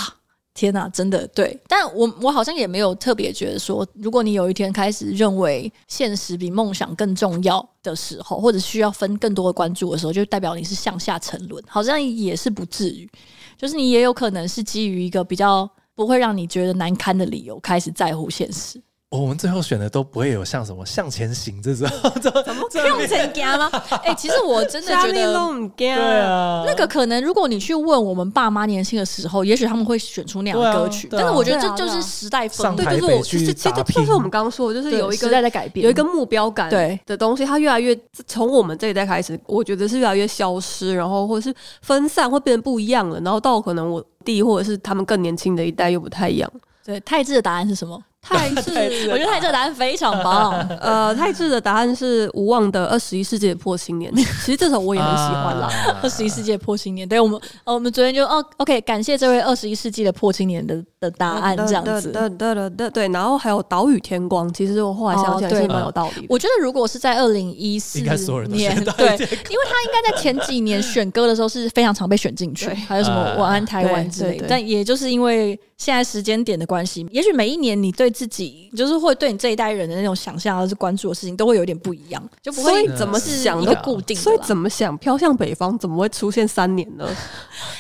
Speaker 1: 天哪、真的对。但我我好像也没有特别觉得说，如果你有一天开始认为现实比梦想更重要的时候，或者需要分更多的关注的时候，就代表你是向下沉沦，好像也是不至于。就是你也有可能是基于一个比较不会让你觉得难堪的理由开始在乎现实。
Speaker 3: 我们最后选的都不会有像什么向前行这种， 这这
Speaker 1: 用成家吗？哎、其实我真的觉得。
Speaker 2: 弄
Speaker 3: 对
Speaker 2: 对，
Speaker 3: 啊，
Speaker 1: 那个可能，如果你去问我们爸妈年轻的时候，也许他们会选出那样的歌曲，
Speaker 3: 对啊对啊
Speaker 1: 但是我觉得这
Speaker 2: 对啊
Speaker 1: 就
Speaker 2: 对啊
Speaker 1: 是时代氛
Speaker 3: 上
Speaker 1: 围，
Speaker 3: 台
Speaker 2: 就是
Speaker 3: 北
Speaker 2: 我，
Speaker 3: 去
Speaker 2: 就是其实
Speaker 3: 打
Speaker 2: 这
Speaker 3: 拼
Speaker 2: 就是我们刚刚说的，就是
Speaker 1: 对
Speaker 2: 有一
Speaker 1: 时代
Speaker 2: 个
Speaker 1: 在改变，
Speaker 2: 有一个目标感
Speaker 1: 对
Speaker 2: 的东西，它越来越从我们这一代开始，我觉得是越来越消失，然后或者是分散，会变得不一样了，然后到可能我弟或者是他们更年轻的一代又不太一样。
Speaker 1: 对泰智的答案是什么？
Speaker 2: 泰
Speaker 3: 太
Speaker 2: 智，，
Speaker 1: 我觉得泰智的答案非常棒
Speaker 2: 呃，泰智的答案是无望的二十一世纪的破青年。其实 这首我也很喜欢啦。
Speaker 3: 啊
Speaker 1: 二十一世纪的破青年。对我们，呃，我们昨天就哦，OK，感谢这位二十一世纪的破青年的的答
Speaker 2: 嗯
Speaker 1: 案，这样子。
Speaker 2: 对对对对对，然后还有岛屿天光，其实我后来想起来
Speaker 1: 哦
Speaker 2: 是
Speaker 1: 对
Speaker 2: 蛮有道理的。
Speaker 1: 我觉得如果是在二零一四
Speaker 3: 应
Speaker 1: 年
Speaker 3: 该所有人，都
Speaker 1: 对，因
Speaker 3: 选
Speaker 1: 为
Speaker 3: 到
Speaker 1: 他应
Speaker 3: 这
Speaker 1: 该在前几年选歌的时候是非常常被选进去
Speaker 2: 对，
Speaker 1: 还有什么
Speaker 3: 啊
Speaker 1: 《晚安台湾》之类
Speaker 2: 对
Speaker 1: 的
Speaker 2: 对。对
Speaker 1: 但也就是因为现在时间点的关系，也许每一年你对自己，就是会对你这一代人的那种想象，或是关注的事情，都会有点不一样，就不
Speaker 2: 所
Speaker 1: 会
Speaker 2: 以怎么
Speaker 1: 是
Speaker 2: 想
Speaker 1: 一
Speaker 2: 都
Speaker 1: 个固定的啦。
Speaker 2: 所以怎么想，飘向北方怎么会出现三年 呢？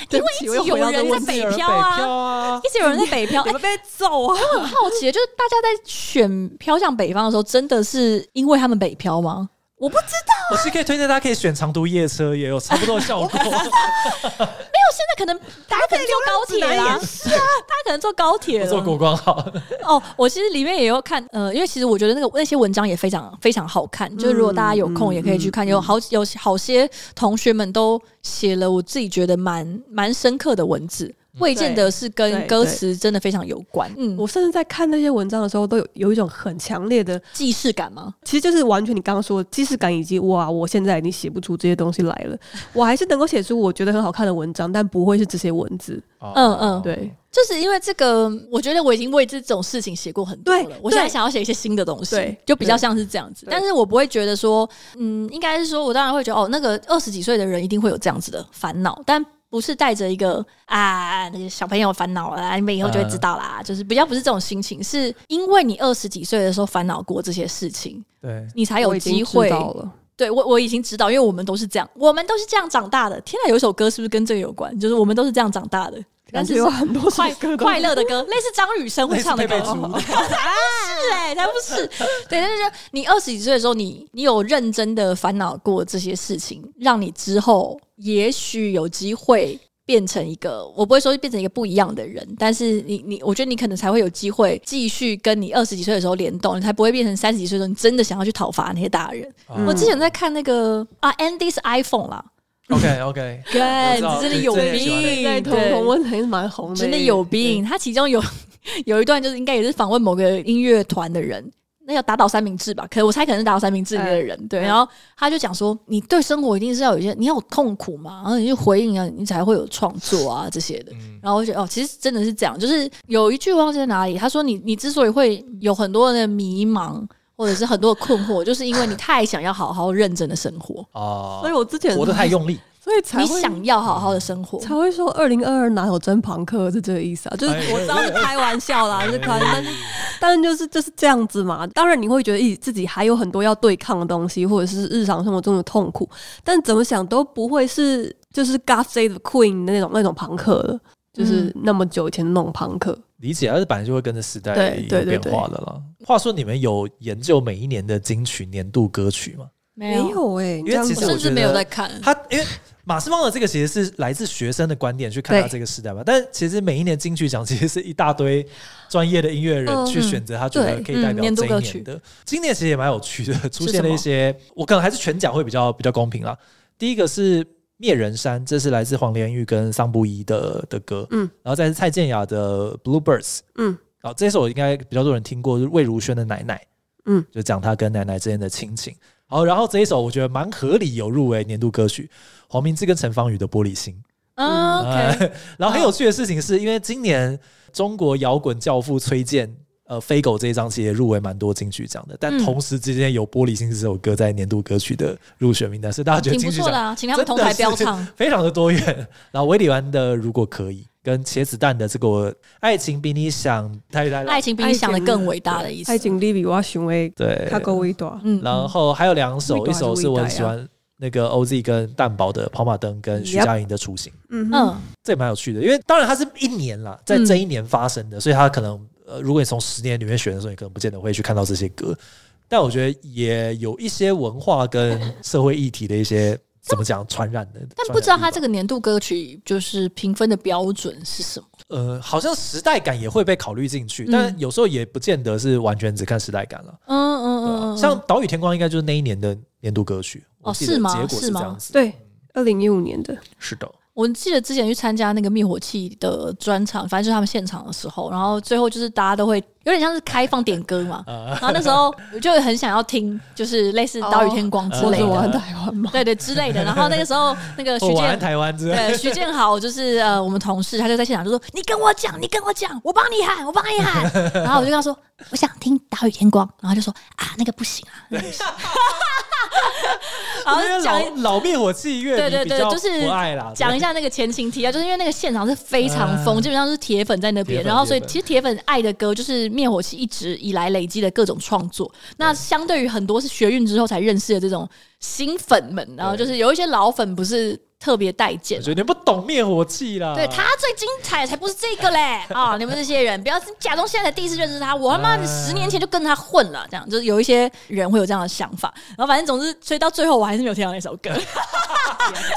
Speaker 2: 因为
Speaker 1: 一直有人在北漂啊
Speaker 3: 啊
Speaker 1: 一，直有人在北 漂，
Speaker 2: 你
Speaker 1: 哎
Speaker 2: 们被揍啊！
Speaker 1: 我很好奇，就是大家在选飘向北方的时候，真的是因为他们北漂吗？我不知道，
Speaker 3: 我是可以推荐大家可以选长途夜车，也有差不多的效果。
Speaker 1: 现在可能大家可能坐高铁啦， 大
Speaker 2: 啊
Speaker 1: 家可能坐高铁
Speaker 3: 我
Speaker 1: 了，
Speaker 3: 做国光号，
Speaker 1: 哦，我其实里面也有看，呃，因为其实我觉得那个那些文章也非常非常好看，就是如果大家有
Speaker 2: 嗯
Speaker 1: 空也可以去看，有好有好些同学们都写了我自己觉得蛮蛮深刻的文字。未见得是跟
Speaker 2: 对
Speaker 1: 歌
Speaker 2: 对
Speaker 1: 词真的非常有关。嗯，
Speaker 2: 我甚至在看那些文章的时候，都有有一种很强烈的，
Speaker 1: 既视感吗？
Speaker 2: 其实就是完全你刚刚说的既视感，以及哇，我现在已经写不出这些东西来了，我还是能够写出我觉得很好看的文章，但不会是这些文字。
Speaker 3: 哦
Speaker 1: 嗯嗯
Speaker 2: 对，
Speaker 1: 就是因为这个，我觉得我已经为这种事情写过很多了
Speaker 2: 对。
Speaker 1: 我现在
Speaker 2: 对
Speaker 1: 想要写一些新的东西
Speaker 2: 对，
Speaker 1: 就比较
Speaker 2: 对
Speaker 1: 像是这样子。
Speaker 2: 对
Speaker 1: 但是我不会觉得说，嗯，应该是说我当然会觉得，哦，那个二十几岁的人一定会有这样子的烦恼，但不是带着一个啊，那个小朋友烦恼啊啦，你们以后就会知道
Speaker 2: 嗯
Speaker 1: 啦，就是比较不是这种心情，是因为你二十几岁的时候烦恼过这些事情，
Speaker 3: 对，
Speaker 1: 你才有
Speaker 2: 我已经
Speaker 1: 机
Speaker 2: 知
Speaker 1: 会。
Speaker 2: 道了。
Speaker 1: 对我我已经知道，因为我们都是这样，我们都是这样长大的。天啊哪，有一首歌是不是跟这个有关？就是我们都是这样长大的，但
Speaker 2: 但
Speaker 1: 是
Speaker 2: 是有很多首
Speaker 1: 快
Speaker 2: 歌都
Speaker 1: 快乐的 歌，类似张雨生会唱的歌，
Speaker 3: 类似佩佩 猪
Speaker 1: 是哎、他不 是。对，但是就你二十几岁的时候，你你有认真的烦恼过这些事情，让你之后也许有机会变成一个，我不会说变成一个不一样的人，但是你你，我觉得你可能才会有机会继续跟你二十几岁的时候联动，你才不会变成三十几岁的时候你真的想要去讨伐那些大人。
Speaker 3: 哦
Speaker 2: 嗯
Speaker 1: 我之前在看那个啊，Andy's iPhone 啦，
Speaker 3: OK OK，
Speaker 1: 干，
Speaker 3: 我知道
Speaker 1: 你真的有
Speaker 3: 对对对
Speaker 1: 病，对
Speaker 2: 对，童童温还是蛮红的，欸
Speaker 1: 真的有病。他其中有 有一段就是应该也是访问某个音乐团的人，那要打倒三明治吧？可能我猜可能是打倒三明治里面的人。对，
Speaker 2: 嗯
Speaker 1: 然后他就讲说，你对生活一定是要有一些，你要有痛苦嘛，然后你去回应啊，你才会有创作啊这些的。
Speaker 3: 嗯，
Speaker 1: 然后我就觉得哦，其实真的是这样，就是有一句忘记在哪里，他说你你之所以会有很多的迷茫或者是很多的困惑，就是因为你太想要好好认真的生活，
Speaker 3: 哦
Speaker 2: 所以，我之前
Speaker 3: 活得太，用力，
Speaker 2: 所以才
Speaker 1: 你
Speaker 2: 会
Speaker 1: 想要好好的生活，
Speaker 2: 才会说二零二二哪有真朋克是这个意思啊？就是
Speaker 3: 哎
Speaker 2: 我知道是开玩笑啦，是开玩笑，但是就是就是这样子嘛。当然你会觉得咦自己还有很多要对抗的东西，或者是日常生活中的痛苦，但怎么想都不会是就是 God Save the Queen 的那种那种朋克了，就是那么久以前的那种朋克。
Speaker 3: 理解，而是本来就会跟着时代
Speaker 2: 对
Speaker 3: 有
Speaker 2: 对对
Speaker 3: 变化的了。话说，你们有研究每一年的金曲年度歌曲吗？
Speaker 1: 没
Speaker 2: 没有哎、你这样
Speaker 3: 因为其
Speaker 1: 我
Speaker 3: 实
Speaker 2: 讲
Speaker 1: 甚至没有在看。
Speaker 3: 他因为马斯旺的这个其实是来自学生的观点去看他
Speaker 2: 对
Speaker 3: 这个时代嘛，但其实每一年金曲奖其实是一大堆专业的音乐人
Speaker 2: 嗯
Speaker 3: 去选择他觉得
Speaker 2: 对
Speaker 3: 可以代
Speaker 1: 嗯
Speaker 3: 表
Speaker 1: 年度
Speaker 3: 这一
Speaker 1: 歌曲
Speaker 3: 年的。今年其实也蛮有趣的，出
Speaker 1: 什
Speaker 3: 现
Speaker 1: 么
Speaker 3: 了一些，我可能还是全奖会比较比较公平啦。第一个是《灭人山》，这是来自黄连玉跟桑布伊的的歌，嗯
Speaker 2: 嗯，
Speaker 3: 然后再是蔡健雅的《Blue Birds》，
Speaker 2: 嗯，
Speaker 3: 然后这首应该比较多人听过，就是魏如萱的《奶奶》，
Speaker 2: 嗯，
Speaker 3: 就讲她跟奶奶之间的亲情。好，然后这一首我觉得蛮合理，有入围年度歌曲，黄明志跟陈芳宇的《玻璃心》。
Speaker 1: 嗯，OK，
Speaker 3: 呃 然后很有趣的事情是，因为今年中国摇滚教父崔健。呃，飞狗这一张其实也入围蛮多金曲奖的，但
Speaker 1: 嗯
Speaker 3: 同时之间有《玻璃心》这首歌在年度歌曲的入选名单，所以大家觉得
Speaker 1: 挺
Speaker 3: 金
Speaker 1: 不
Speaker 3: 曲
Speaker 1: 错的
Speaker 3: 奖
Speaker 1: 啊，请他们同台飙
Speaker 3: 真
Speaker 1: 唱。
Speaker 3: 非常的多元。然后韦礼安的《如果可以》跟茄子蛋的这个《爱情比你想》太太
Speaker 1: 爱情比你想的更伟大的意思。
Speaker 2: 爱情利比我寻为
Speaker 3: 对，
Speaker 2: 他够微短，
Speaker 1: 嗯，嗯啊
Speaker 3: 然后还有两
Speaker 2: 味
Speaker 3: 首，
Speaker 2: 道
Speaker 3: 一
Speaker 2: 还是
Speaker 3: 首是我
Speaker 2: 味
Speaker 3: 很
Speaker 2: 道
Speaker 3: 喜
Speaker 2: 呀
Speaker 3: 欢那个 OZ 跟蛋堡的《跑马灯》跟徐
Speaker 2: Yep
Speaker 3: 佳莹的《雏形》，
Speaker 2: 嗯哼
Speaker 1: 嗯，
Speaker 3: 这也蛮有趣的，因为当然它是一年啦，在这一年发生的，所以它可能呃，如果你从十年里面选的时候，你可能不见得会去看到这些歌，但我觉得也有一些文化跟社会议题的一些怎么讲传染的，
Speaker 1: 但不知道他这
Speaker 3: 个
Speaker 1: 个年度歌曲就是评分的标准是什么。
Speaker 3: 呃，好像时代感也会被考虑进去，
Speaker 1: 嗯
Speaker 3: 但有时候也不见得是完全只看时代感了。
Speaker 1: 嗯嗯
Speaker 3: 对啊
Speaker 1: 嗯嗯，
Speaker 3: 像《岛屿天光》应该就是那一年的年度歌曲，我
Speaker 1: 哦
Speaker 3: 记得
Speaker 1: 是吗
Speaker 3: 结果
Speaker 1: 是
Speaker 3: 这
Speaker 1: 吗
Speaker 3: 样子，
Speaker 2: 对，二零一五年的，
Speaker 3: 是的。
Speaker 1: 我记得之前去参加那个灭火器的专场，反正就是他们现场的时候，然后最后就是大家都会有点像是开放点歌嘛，
Speaker 3: 呃
Speaker 1: 然后那时候我就很想要听，就是类似《岛屿天光》之
Speaker 3: 哦
Speaker 2: 我
Speaker 1: 类
Speaker 2: 是
Speaker 1: 的，
Speaker 2: 我安台湾嘛，
Speaker 1: 对对之类的。然后那个时候那个徐
Speaker 3: 或晚
Speaker 1: 建
Speaker 3: 安台湾之类的。
Speaker 1: 对，徐建豪就是呃，我们同事，他就在现场就说：“你跟我讲，你跟我讲，我帮你喊，我帮你喊。” 然后我就跟他说：“我想听《岛屿天光》。”然后就说：“啊，那个不行啊。那个不行” 然后
Speaker 3: 因为
Speaker 1: 就讲一
Speaker 3: 老老啊灭火器乐迷
Speaker 1: 对对对
Speaker 3: 比较
Speaker 1: 就是
Speaker 3: 不爱啦，
Speaker 1: 讲一
Speaker 3: 下
Speaker 1: 下那个前情提要，就是因为那个现场是非常疯，
Speaker 3: 嗯
Speaker 1: 基本上是铁粉在那
Speaker 3: 铁
Speaker 1: 边，
Speaker 3: 粉
Speaker 1: 然后所以
Speaker 3: 铁粉
Speaker 1: 其实铁粉爱的歌就是灭火器一直以来累积的各种创作。那相对于很多是学运之后才认识的这种新粉们，然后就是有一些老粉不是特别待见啊
Speaker 3: 我，觉得你不懂灭火器啦。
Speaker 2: 哦
Speaker 1: 对他最精彩的才不是这个 嘞啊！你们这些人不要假装现在才第一次认识他，我他妈的
Speaker 3: 哎
Speaker 1: 十年前就跟他混了，这样就是有一些人会有这样的想法。然后反正总之，所以到最后我还是没有听到那首歌，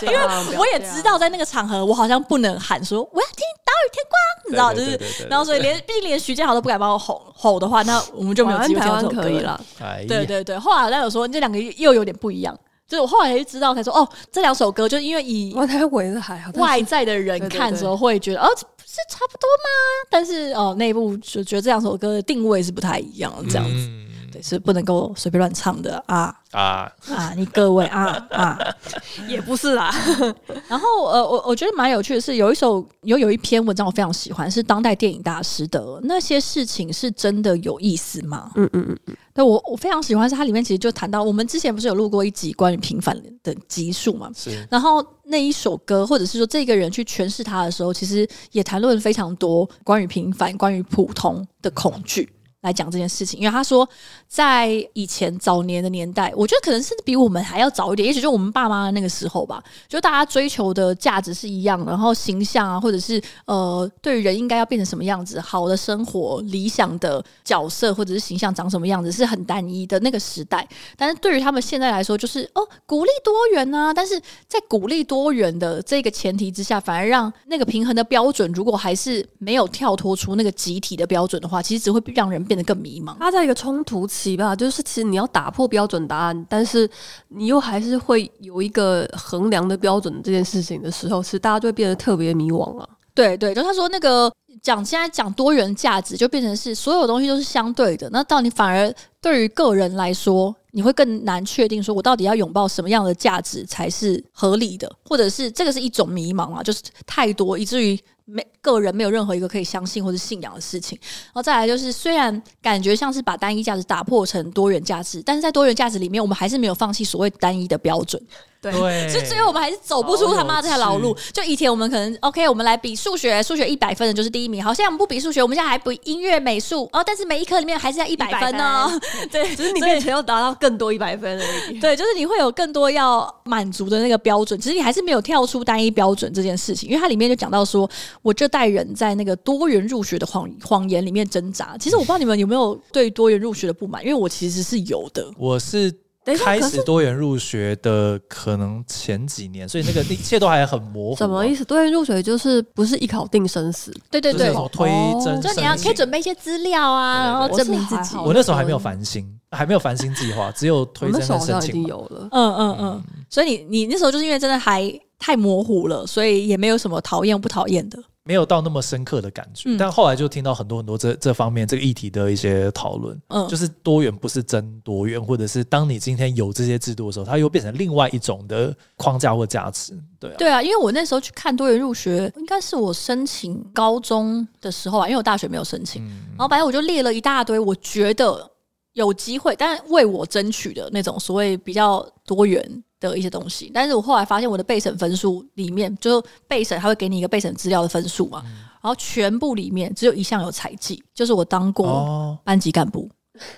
Speaker 2: 因 为
Speaker 1: 我也知道在那个场合我好像不能喊说我要听《岛屿天光》，你知道
Speaker 3: 对
Speaker 1: 就
Speaker 3: 对对对
Speaker 1: 是
Speaker 3: 对，对
Speaker 1: 然后所以连毕竟连徐建豪都不敢帮我吼吼的话，那我们就没有
Speaker 2: 晚
Speaker 1: 机会听到
Speaker 2: 安台
Speaker 1: 这
Speaker 2: 湾
Speaker 1: 首歌
Speaker 2: 可以啦。。
Speaker 3: 哎呀，
Speaker 1: 对对对，后来好像有说这两个又有点不一样。就是我后来才知道，才说哦，这两首歌就因为以
Speaker 2: 外太伟的还好，但
Speaker 1: 外
Speaker 2: 是
Speaker 1: 在的人
Speaker 2: 对对
Speaker 1: 看的时候会觉得哦，这不是差不多吗？但是哦，内部就觉得这两首歌的定位是不太一样的，这样子、
Speaker 3: 嗯
Speaker 1: 对，是不能够随便乱唱的啊
Speaker 3: 啊，
Speaker 1: 啊！你各位啊啊！
Speaker 2: 也不是啦，
Speaker 1: 然后呃，我我觉得蛮有趣的是，有一首有有一篇文章我非常喜欢，是当代电影大师的那些事情是真的有意思吗？
Speaker 2: 嗯嗯嗯，
Speaker 1: 对我我非常喜欢是它里面其实就谈到，我们之前不是有录过一集关于平凡的集数嘛，
Speaker 3: 是
Speaker 1: 然后那一首歌，或者是说这个人去诠释他的时候，其实也谈论了非常多关于平凡、关于普通的恐惧来讲这件事情。因为他说，在以前早年的年代，我觉得可能是比我们还要早一点，也许就我们爸妈那个时候吧，就大家追求的价值是一样，然后形象啊，或者是呃，对于人应该要变成什么样子，好的生活、理想的角色或者是形象长什么样子，是很单一的那个时代。但是对于他们现在来说，就是哦，鼓励多元啊，但是在鼓励多元的这个前提之下，反而让那个平衡的标准，如果还是没有跳脱出那个集体的标准的话，其实只会让人变得更迷茫。
Speaker 2: 它在一个冲突期吧，就是其实你要打破标准答案，但是你又还是会有一个衡量的标准这件事情的时候，其实大家就会变得特别迷惘啊了。
Speaker 1: 对对，就他说那个讲现在讲多元价值，就变成是所有东西都是相对的，那到你反而对于个人来说，你会更难确定说我到底要拥抱什么样的价值才是合理的，或者是这个是一种迷茫啊，就是太多以至于。没个人没有任何一个可以相信或者信仰的事情，然后再来就是，虽然感觉像是把单一价值打破成多元价值，但是在多元价值里面，我们还是没有放弃所谓单一的标准。
Speaker 3: 对，
Speaker 1: 就最后我们还是走不出他妈这条老
Speaker 3: 哎好有
Speaker 1: 路。就以前我们可能 OK，我们来比数学，数学一百分的就是第一名。好，现在我们不比数学，我们现在还比音乐、美术哦，但是每一科里面还是要一百分哦。 对，
Speaker 2: 只是你变成要达到更多一百分而已。
Speaker 1: 对，就是你会有更多要满足的那个标准，其实你还是没有跳出单一标准这件事情，因为它里面就讲到说，我这代人在那个多元入学的谎谎言里面挣扎。其实我不知道你们有没有对多元入学的不满，因为我其实是有的。
Speaker 3: 我是
Speaker 2: 等一下
Speaker 3: 开
Speaker 2: 可
Speaker 3: 始多元入学的可能前几年，所以那个一切都还很模糊啊。
Speaker 2: 什么意思？多元入学就是不是一考定生死，
Speaker 1: 对对
Speaker 3: 就是
Speaker 1: 对哦
Speaker 3: 那，种推甄，
Speaker 1: 就你要可以准备
Speaker 3: 备。
Speaker 1: 一嗯些资料啊，
Speaker 3: 对对对
Speaker 1: 然后证明自
Speaker 2: 我是
Speaker 1: 己啊
Speaker 2: 还。好
Speaker 3: 我那时候还没有繁星，还没有繁星计划，只有
Speaker 2: 我
Speaker 3: 推
Speaker 2: 那
Speaker 3: 甄
Speaker 2: 时
Speaker 3: 跟
Speaker 2: 候好像
Speaker 3: 申
Speaker 2: 已
Speaker 3: 请
Speaker 2: 经
Speaker 3: 嘛。
Speaker 2: 有了。
Speaker 1: 嗯嗯嗯，所以你你那时候就是因为真的还太模糊了，所以也没有什么讨厌不讨厌的。
Speaker 3: 没有到那么深刻的感觉，
Speaker 1: 嗯
Speaker 3: 但后来就听到很多很多这这方面这个议题的一些讨论，
Speaker 1: 嗯
Speaker 3: 就是多元不是真多元，或者是当你今天有这些制度的时候，它又变成另外一种的框架或价值，对啊，
Speaker 1: 对啊，因为我那时候去看多元入学，应该是我申请高中的时候啊，因为我大学没有申
Speaker 3: 嗯
Speaker 1: 请，然后反正我就列了一大堆，我觉得有机会，但为我争取的那种所谓比较多元。的一些东西，但是我后来发现我的备审分数里面，就是备审他会给你一个备审资料的分数
Speaker 3: 嗯
Speaker 1: 嘛，然后全部里面只有一项有采集，就是我当过
Speaker 3: 哦，
Speaker 1: 班级干部，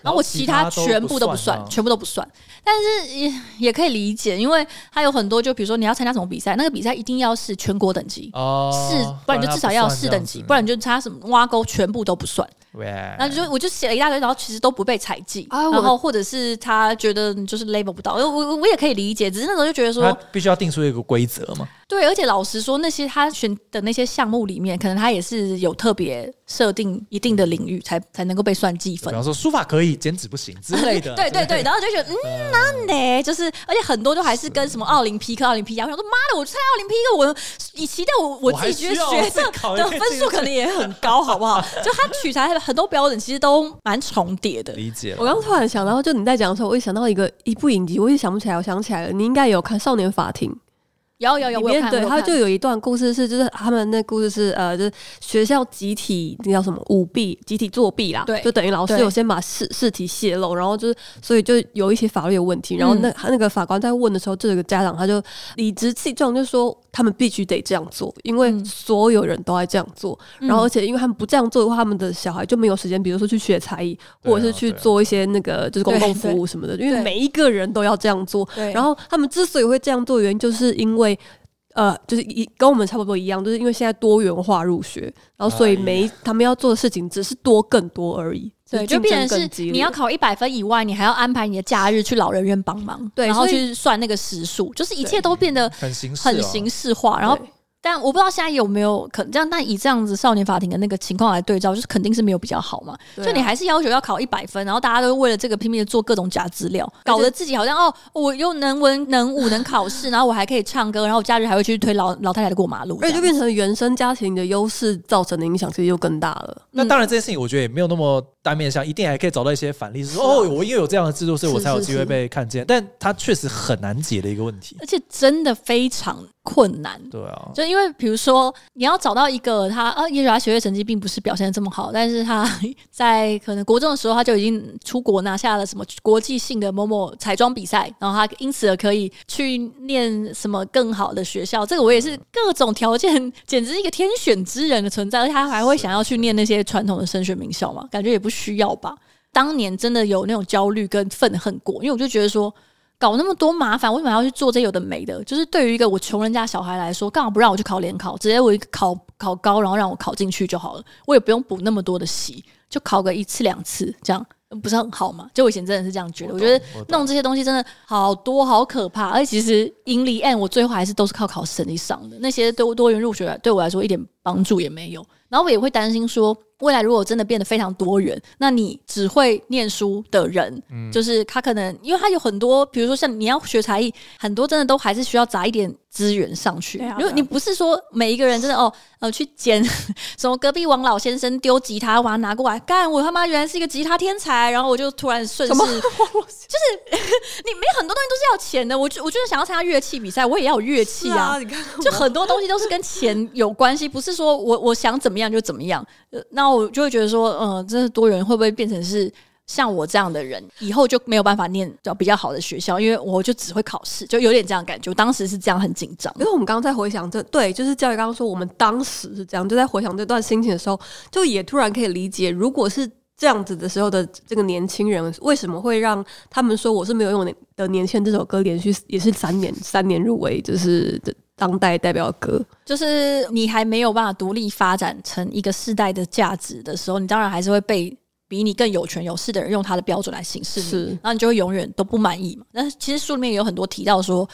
Speaker 1: 然后我其他全部都不算，
Speaker 3: 啊
Speaker 1: 全部都不算。但是也也可以理解，因为它有很多，就比如说你要参加什么比赛，那个比赛一定要是全国等级。
Speaker 3: 哦，
Speaker 1: 是，不然你就至少要有市等级，不然你
Speaker 3: 就
Speaker 1: 就差什么挖沟全部都不算。那就我就写了一大堆，然后其实都不被采集，
Speaker 2: 啊我
Speaker 1: 然后或者是他觉得你就是 label 不到，我我我也可以理解，只是那时候就觉得
Speaker 3: 他
Speaker 1: 说，
Speaker 3: 必须要定出一个规则嘛，
Speaker 1: 对，而且老实说，那些他选的那些项目里面，可能他也是有特别设定一定的领域才才能够被算计
Speaker 3: 比
Speaker 1: 分。
Speaker 3: 方说书法可以，剪纸不行之类 的，
Speaker 1: 对啊对对，然后就觉得嗯，那呢，就是而且很多都还是跟什么奥林匹克、奥林匹克，我想说妈的，我参加奥林匹克，我以期待我我自己觉得
Speaker 3: 我还需要
Speaker 1: 学
Speaker 3: 自己考
Speaker 1: 生
Speaker 3: 一
Speaker 1: 的
Speaker 3: 遍
Speaker 1: 分数可能也很高，好不 好？就他取材很多标准其实都蛮重叠的。
Speaker 3: 理解
Speaker 2: 我刚突然想到，就你在讲的时候，我一想到一个一部影集，我一直想不起来，我想起来了，你应该有看《少年法庭》。
Speaker 1: 有有有，
Speaker 2: 里
Speaker 1: 我有
Speaker 2: 面
Speaker 1: 看，我
Speaker 2: 对，
Speaker 1: 有
Speaker 2: 他
Speaker 1: 看
Speaker 2: 就有一段故事是，就是他们那故事是呃，就是学校集体那叫什么舞弊、集体作弊啦，
Speaker 1: 对
Speaker 2: 就等于老师
Speaker 1: 对
Speaker 2: 有先把试试题泄露，然后就是所以就有一些法律的问题，然后
Speaker 1: 嗯
Speaker 2: 那、那个法官在问的时候，就有个家长他就理直气壮就说他们必须得这样做，因为
Speaker 1: 嗯
Speaker 2: 所有人都在这样做，
Speaker 1: 嗯
Speaker 2: 然后而且因为他们不这样做的话，他们的小孩就没有时间，比如说去学才艺，
Speaker 3: 对啊
Speaker 2: 或者是去
Speaker 3: 对啊
Speaker 2: 做一些那个就是公
Speaker 1: 对
Speaker 2: 共服
Speaker 1: 对
Speaker 2: 务什么的，因为
Speaker 1: 对
Speaker 2: 每一个人都要这样做，
Speaker 1: 对，
Speaker 2: 然后他们之所以会这样做，原因就是因为。呃，就是一跟我们差不多一样，就是因为现在多元化入学，然后所以
Speaker 3: 哎呀
Speaker 2: 每一他们要做的事情只是多更多而已，
Speaker 1: 对，就
Speaker 2: 就
Speaker 1: 是
Speaker 2: 竞争
Speaker 1: 变成
Speaker 2: 更
Speaker 1: 是
Speaker 2: 激烈
Speaker 1: 你要考一百分以外，你还要安排你的假日去老人院帮忙，
Speaker 2: 对
Speaker 1: 然后
Speaker 2: 所以
Speaker 1: 去算那个时数，就是一切都变得
Speaker 3: 很形式、哦，
Speaker 1: 很形式化，然后
Speaker 2: 对
Speaker 1: 但我不知道现在有没有可能这样，但以这样子少年法庭的那个情况来对照，就是肯定是没有比较好嘛。
Speaker 2: 对啊
Speaker 1: 就你还是要求要考一百分，然后大家都为了这个拼命的做各种假资料，搞得自己好像哦，我又能文能武能考 试，然后我还可以唱歌，然后我假日还会去推老老太太的过马路，
Speaker 2: 而且就
Speaker 1: 这样
Speaker 2: 变成原生家庭的优势造成的影响，其实又更大了。
Speaker 3: 那当然，这件事情我觉得也没有那么单面向，一定还可以找到一些反例，是说哦，我因为有这样的制度，所以我才有机会被看见。但它确实很难解的一个问题。
Speaker 1: 而且真的非常困难。
Speaker 3: 对啊，
Speaker 1: 就因为比如说，你要找到一个他啊，也许他学业成绩并不是表现的这么好，但是他在可能国中的时候他就已经出国拿下了什么国际性的某某彩妆比赛，然后他因此而可以去念什么更好的学校。这个我也是各种条件，简直是一个天选之人的存在，而且他还会想要去念那些传统的升学名校嘛？感觉也不需要吧。当年真的有那种焦虑跟愤恨过，因为我就觉得说，搞那么多麻烦，为什么还要去做这有的没的？就是对于一个我穷人家小孩来说，干嘛不让我去考联考？直接我一个考考高，然后让我考进去就好了，我也不用补那么多的习，就考个一次两次，这样嗯不是很好吗？就我以前真的是这样觉得，我觉得
Speaker 3: 我懂
Speaker 1: 弄这些东西真的好多好可怕，而且其实盈利案我最后还是都是靠考试成绩上的，那些多多元入学对我来说一点帮助也没有。然后我也会担心说，未来如果真的变得非常多元，那你只会念书的人，
Speaker 3: 嗯
Speaker 1: 就是他可能因为他有很多，比如说像你要学才艺，很多真的都还是需要砸一点资源上去。
Speaker 2: 对啊
Speaker 1: 如果
Speaker 2: 对啊
Speaker 1: 你不是说每一个人真的哦，呃，去捡什么隔壁王老先生丢吉他，把它拿过来，干我他妈原来是一个吉他天才，然后我就突然顺势
Speaker 2: 什么
Speaker 1: 你没很多东西都是要钱的，我就我就是想要参加乐器比赛，我也要有乐器啊。
Speaker 2: 你看，
Speaker 1: 就很多东西都是跟钱有关系，不是说我我想怎么样就怎么样。呃那我就会觉得说，嗯、这是多元会不会变成是像我这样的人，以后就没有办法念比较好的学校，因为我就只会考试，就有点这样的感觉。我当时是这样很紧张
Speaker 2: 因。为我们刚刚在回想这，对，就是教育刚刚说，我们当时是这样，就在回想这段心情的时候，就也突然可以理解，如果是这样子的时候的这个年轻人，为什么会让他们说我是没有用的年轻人这首歌连续也是三年三年入围，就是这当代代表歌，
Speaker 1: 就是你还没有办法独立发展成一个世代的价值的时候，你当然还是会被比你更有权有势的人用他的标准来行事你，
Speaker 2: 是
Speaker 1: 然后你就会永远都不满意嘛。但是其实书里面也有很多提到说。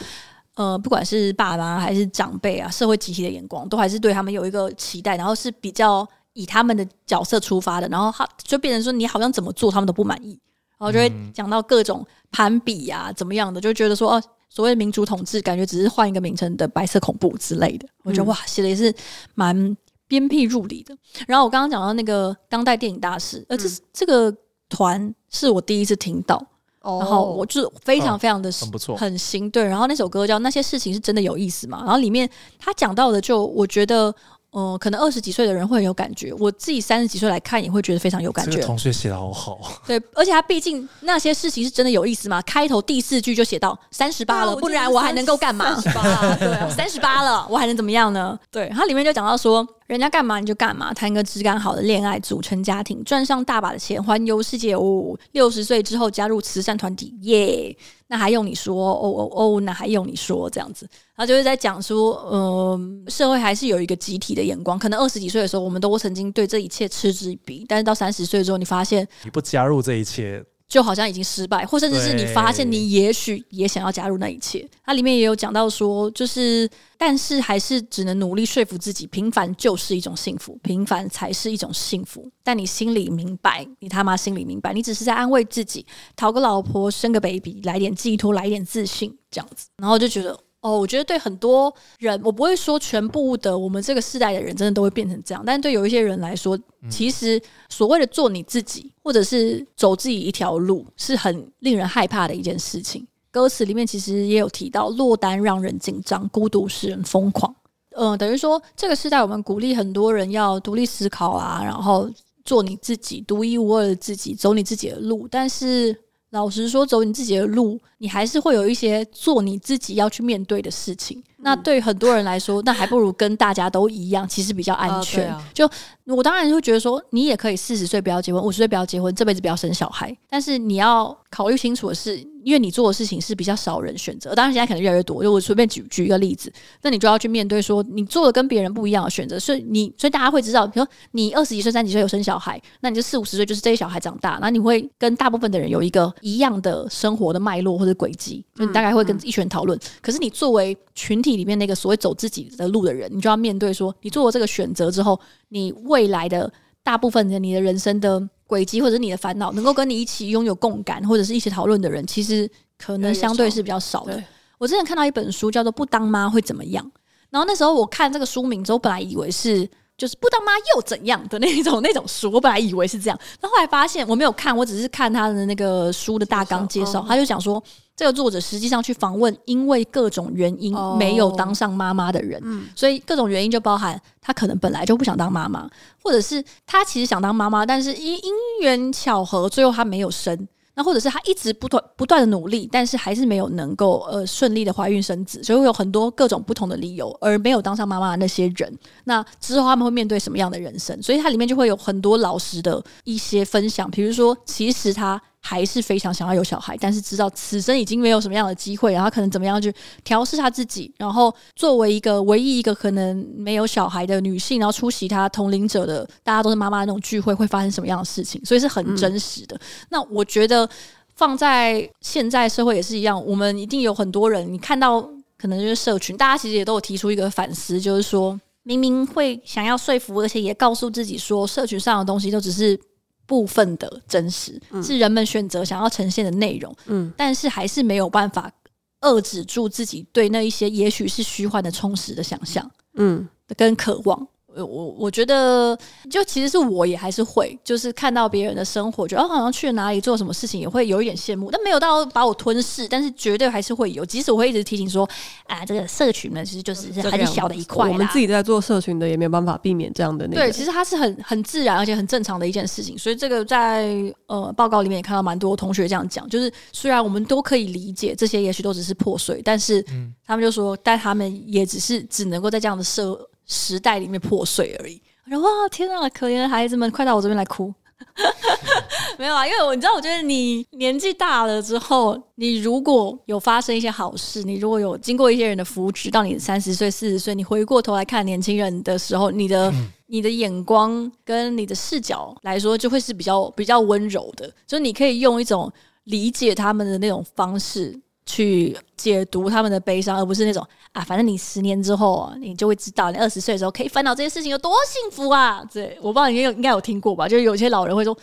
Speaker 1: 呃，不管是爸妈还是长辈啊，社会集体的眼光，都还是对他们有一个期待，然后是比较以他们的角色出发的，然后他就变成说你好像怎么做他们都不满意，然后就会
Speaker 3: 嗯
Speaker 1: 讲到各种攀比啊，怎么样的，就觉得说哦，所谓民主统治，感觉只是换一个名称的白色恐怖之类的。我觉得
Speaker 2: 嗯
Speaker 1: 哇，写的也是蛮鞭辟入里的。然后我刚刚讲到那个当代电影大师，
Speaker 3: 嗯
Speaker 1: 呃，这是这个团是我第一次听到，然
Speaker 2: 然
Speaker 1: 后我就是非常
Speaker 3: 哦
Speaker 1: 非常的、
Speaker 3: 很不错
Speaker 1: 很新。对，然后那首歌叫《那些事情是真的有意思吗》，然后里面他讲到的，就我觉得。嗯、可能二十几岁的人会很有感觉，我自己三十几岁来看也会觉得非常有感
Speaker 3: 这
Speaker 1: 觉
Speaker 3: 个。同学写的好好，
Speaker 1: 对，而且他毕竟那些事情是真的有意思吗？开头第四句就写到三十八
Speaker 2: 啊
Speaker 1: 了，不然我还能够干嘛？
Speaker 2: 38 对啊，
Speaker 1: 三十八了，我还能怎么样呢？对，它里面就讲到说，人家干嘛你就干嘛，谈个质感好的恋爱，组成家庭，赚上大把的钱，环游世界哦。六十岁之后加入慈善团体，耶、那还用你说？哦哦哦，那还用你说？这样子，然后就是在讲说，嗯、社会还是有一个集体的眼光。可能二十几岁的时候，我们都曾经对这一切嗤之以鼻，但是到三十岁之后，你发现
Speaker 3: 你不加入这一切，
Speaker 1: 就好像已经失败，或甚至是你发现
Speaker 3: 对
Speaker 1: 你也许也想要加入那一切。它里面也有讲到说，就是但是还是只能努力说服自己，平凡就是一种幸福，平凡才是一种幸福。但你心里明白，你他妈心里明白，你只是在安慰自己，讨个老婆，生个 baby，来点寄托，来点自信，这样子。然后就觉得。哦，我觉得对很多人，我不会说全部的我们这个世代的人真的都会变成这样，但对有一些人来说，其实所谓的做你自己，或者是走自己一条路，是很令人害怕的一件事情。歌词里面其实也有提到，落单让人紧张，孤独使人疯狂。嗯，等于说这个时代，我们鼓励很多人要独立思考啊，然后做你自己，独一无二的自己，走你自己的路。但是老实说，走你自己的路，你还是会有一些做你自己要去面对的事情。
Speaker 2: 嗯
Speaker 1: 那对于很多人来说，那还不如跟大家都一样，其实比较安全。
Speaker 2: 啊
Speaker 1: 就我当然会觉得说，你也可以四十岁不要结婚，五十岁不要结婚，这辈子不要生小孩。但是你要考虑清楚的是，因为你做的事情是比较少人选择，当然现在可能越来越多。就我随便举举一个例子，那你就要去面对说你做的跟别人不一样的选择，所以你所以大家会知道，比如说你二十几岁、三十几岁有生小孩，那你就四五十岁就是这些小孩长大，然后你会跟大部分的人有一个一样的生活的脉络或者轨迹，就你大概会跟一群人讨论。可是你作为群体里面那个所谓走自己的路的人，你就要面对说，你做了这个选择之后，你未来的大部分的你的人生的轨迹或者是你的烦恼，能够跟你一起拥有共感或者是一起讨论的人，其实可能相对是比较少的
Speaker 2: 对。
Speaker 1: 我之前看到一本书叫做《不当妈会怎么样》，然后那时候我看这个书名之后，本来以为是就是不当妈又怎样的那种那种书，我本来以为是这样，但后来发现我没有看，我只是看他的那个书的大纲介
Speaker 2: 介绍
Speaker 1: 绍
Speaker 2: 哦，
Speaker 1: 他就讲说。这个作者实际上去访问，因为各种原因
Speaker 2: 哦
Speaker 1: 没有当上妈妈的人，
Speaker 2: 嗯
Speaker 1: 所以各种原因就包含他可能本来就不想当妈妈，或者是他其实想当妈妈，但是因因缘巧合，最后他没有生。那或者是他一直不断不断的努力，但是还是没有能够呃顺利的怀孕生子，所以会有很多各种不同的理由，而没有当上妈妈的那些人，那之后他们会面对什么样的人生？所以它里面就会有很多老师的一些分享，比如说，其实他还是非常想要有小孩，但是知道此生已经没有什么样的机会，然后他可能怎么样去调试他自己，然后作为一个唯一一个可能没有小孩的女性，然后出席她同龄者的大家都是妈妈的那种聚会，会发生什么样的事情？所以是很真实的。那我觉得放在现在社会也是一样，我们一定有很多人，你看到可能就是社群，大家其实也都有提出一个反思，就是说明明会想要说服，而且也告诉自己说，社群上的东西都只是。部分的真实是人们选择想要呈现的内容，
Speaker 2: 嗯，
Speaker 1: 但是还是没有办法遏制住自己对那一些也许是虚幻的充实的想象
Speaker 2: 嗯，
Speaker 1: 跟渴望。呃我我觉得，就其实是我也还是会，就是看到别人的生活，觉得哦，好像去了哪里做什么事情，也会有一点羡慕，但没有到把我吞噬，但是绝对还是会有。即使我会一直提醒说，啊，这个社群呢，其实就只是
Speaker 2: 这个
Speaker 1: 很
Speaker 2: 样
Speaker 1: 小的一块啦，啊
Speaker 2: 我们自己在做社群的也没有办法避免这样的那个。
Speaker 1: 对，其实它是很很自然而且很正常的一件事情，所以这个在呃报告里面也看到蛮多同学这样讲，就是虽然我们都可以理解这些，也许都只是破碎，但是
Speaker 3: 嗯
Speaker 1: 他们就说，但他们也只是只能够在这样的社时代里面破碎而已。我说哇，天啊，可怜的孩子们，快到我这边来哭。 没有啊，因为我你知道，我觉得你年纪大了之后，你如果有发生一些好事，你如果有经过一些人的扶持，到你三十岁、四十岁，你回过头来看年轻人的时候，你的、你的眼光跟你的视角来说，就会是比较比较温柔的，就是你可以用一种理解他们的那种方式。去解读他们的悲伤，而不是那种啊，反正你十年之后、啊、你就会知道，你二十岁的时候可以烦恼这些事情有多幸福啊！对，我不知道你有应该有听过吧？就是有些老人会说，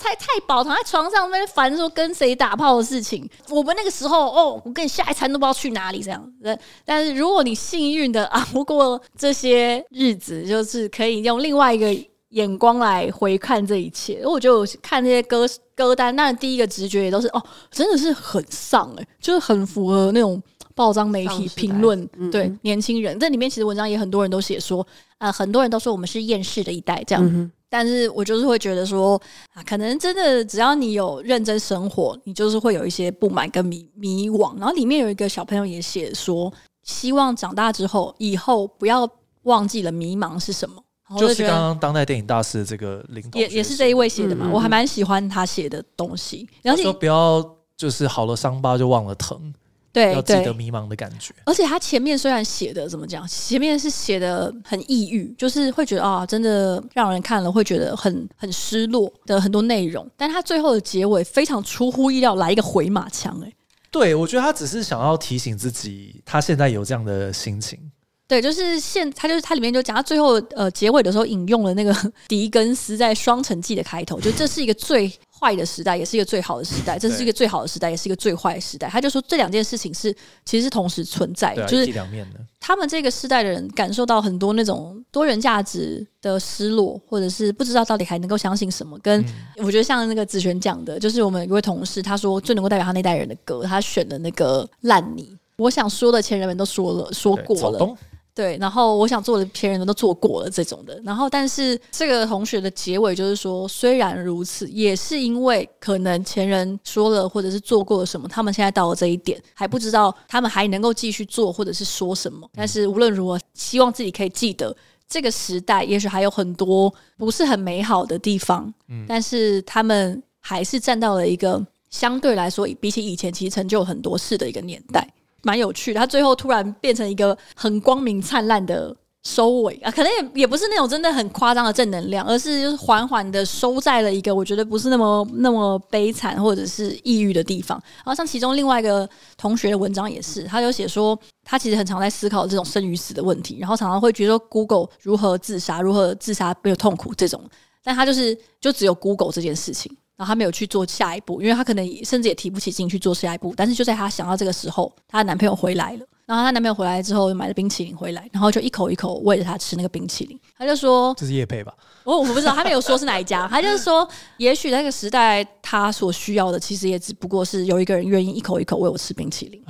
Speaker 1: 太太饱，躺在床上在那边烦说跟谁打炮的事情。我们那个时候，哦，我跟你下一餐都不知道去哪里这样。但但是如果你幸运的 熬过这些日子，就是可以用另外一个眼光来回看这一切。我觉得我看这些歌歌单，那第一个直觉也都是哦，真的是很丧哎、就是很符合那种报章媒
Speaker 2: 丧
Speaker 1: 体
Speaker 2: 时代
Speaker 1: 评论、
Speaker 2: 嗯
Speaker 1: 对年轻人。这里面其实文章也很多人都写说，啊，很多人都说我们是厌世的一代这样。
Speaker 2: 嗯
Speaker 1: 但是我就是会觉得说啊，可能真的只要你有认真生活，你就是会有一些不满跟迷迷惘。然后里面有一个小朋友也写说，希望长大之后以后不要忘记了迷茫是什么。然后我
Speaker 3: 就
Speaker 1: 就是觉得
Speaker 3: 刚刚当代电影大师的这个领导
Speaker 1: 也也是这一位写的嘛，
Speaker 2: 嗯嗯嗯
Speaker 1: 我还蛮喜欢他写的东西。而
Speaker 3: 他
Speaker 1: 且
Speaker 3: 说不要就是好了伤疤就忘了疼，
Speaker 1: 对
Speaker 3: 要记得
Speaker 1: 对，
Speaker 3: 迷茫的感觉。
Speaker 1: 而且他前面虽然写的怎么讲，前面是写的很抑郁，就是会觉得啊，真的让人看了会觉得很很失落的很多内容，但他最后的结尾非常出乎意料，来一个回马枪、欸，
Speaker 3: 对，我觉得他只是想要提醒自己，他现在有这样的心情。
Speaker 1: 对，就是现他就是他里面就讲，他最后呃结尾的时候引用了那个狄更斯在《双城记》的开头，就这是一个最坏的时代，也是一个最好的时代，这是一个最好的时代，也是一个最坏的时代。他就说这两件事情是其实是同时存在的，
Speaker 3: 对啊，
Speaker 1: 就是
Speaker 3: 一体两面的。
Speaker 1: 他们这个世代的人感受到很多那种多元价值的失落，或者是不知道到底还能够相信什么。跟
Speaker 3: 嗯
Speaker 1: 我觉得像那个子璇讲的，就是我们有一位同事，他说最能够代表他那代人的歌，他选的那个《烂泥》。我想说的前人们都说了，说
Speaker 3: 对
Speaker 1: 过
Speaker 3: 草
Speaker 1: 了，
Speaker 3: 东
Speaker 1: 对，然后我想做的别人都做过了这种的，然后但是这个同学的结尾就是说，虽然如此，也是因为可能前人说了或者是做过了什么，他们现在到了这一点，还不知道他们还能够继续做或者是说什么，但是无论如何，希望自己可以记得。这个时代也许还有很多不是很美好的地方，但是他们还是站到了一个相对来说比起以前，其实成就很多事的一个年代，蛮有趣的。它最后突然变成一个很光明灿烂的收尾啊，可能也也不是那种真的很夸张的正能量，而是就是缓缓的收在了一个我觉得不是那么那么悲惨或者是抑郁的地方。然后像其中另外一个同学的文章也是，他有写说他其实很常在思考这种生与死的问题，然后常常会觉得 Google 如何自杀、如何自杀没有痛苦这种，但他就是就只有 Google 这件事情。然后他没有去做下一步，因为他可能甚至也提不起劲去做下一步。但是就在她想到这个时候，她的男朋友回来了。然后她男朋友回来之后，买了冰淇淋回来，然后就一口一口喂着她吃那个冰淇淋。她就说
Speaker 3: 这是叶配吧？：“
Speaker 1: 我我不知道，她没有说是哪一家。她就是说，也许那个时代她所需要的，其实也只不过是有一个人愿意一口一口喂我吃冰淇淋。”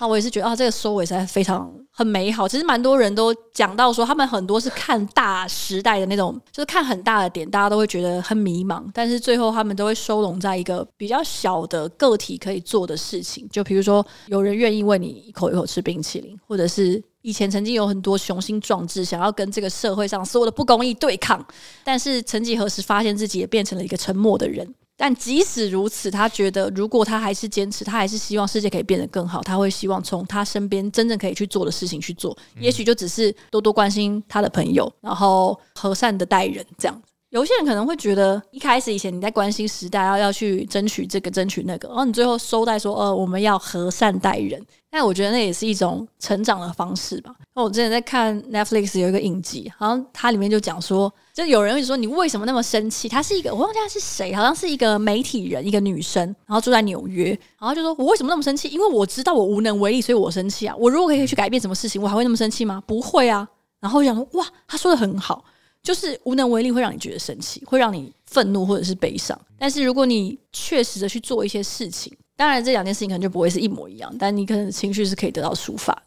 Speaker 1: 那我也是觉得啊，这个收尾实在非常很美好。其实蛮多人都讲到说，他们很多是看大时代的那种，就是看很大的点，大家都会觉得很迷茫。但是最后他们都会收拢在一个比较小的个体可以做的事情，就比如说有人愿意为你一口一口吃冰淇淋，或者是。以前曾经有很多雄心壮志，想要跟这个社会上所有的不公义对抗，但是曾几何时，发现自己也变成了一个沉默的人。但即使如此，他觉得如果他还是坚持，他还是希望世界可以变得更好，他会希望从他身边真正可以去做的事情去做，也许就只是多多关心他的朋友，然后和善的待人这样。有些人可能会觉得，一开始以前你在关心时代，要要去争取这个争取那个，然后你最后收在说，呃，我们要和善待人。但我觉得那也是一种成长的方式吧。那我之前在看 Netflix 有一个影集，好像它里面就讲说，就有人会说你为什么那么生气？她是一个我忘记她是谁，好像是一个媒体人，一个女生，然后住在纽约，然后就说我为什么那么生气？因为我知道我无能为力，所以我生气啊。我如果可以去改变什么事情，我还会那么生气吗？不会啊。然后我想说，哇，她说的很好。就是无能为力会让你觉得生气，会让你愤怒或者是悲伤。但是如果你确实的去做一些事情，当然这两件事情可能就不会是一模一样，但你可能情绪是可以得到抒发的。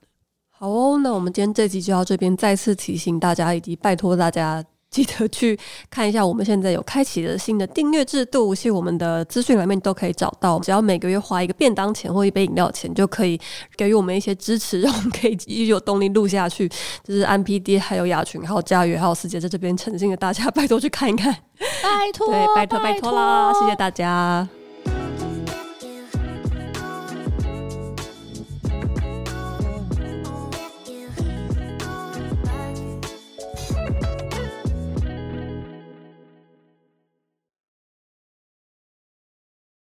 Speaker 2: 好哦，那我们今天这集就到这边，再次提醒大家，以及拜托大家。 记得去看一下，我们现在有开启的新的订阅制度，是我们的资讯栏面都可以找到。只要每个月花一个便当钱或一杯饮料钱，就可以给予我们一些支持，让 我们可以继续有动力录下去。就是安 P D，还有雅群，还有佳宇，还有师姐在 这边诚心的大家，拜托去看一看。
Speaker 1: 哦拜托，
Speaker 2: 对，拜托拜托啦，谢谢大家。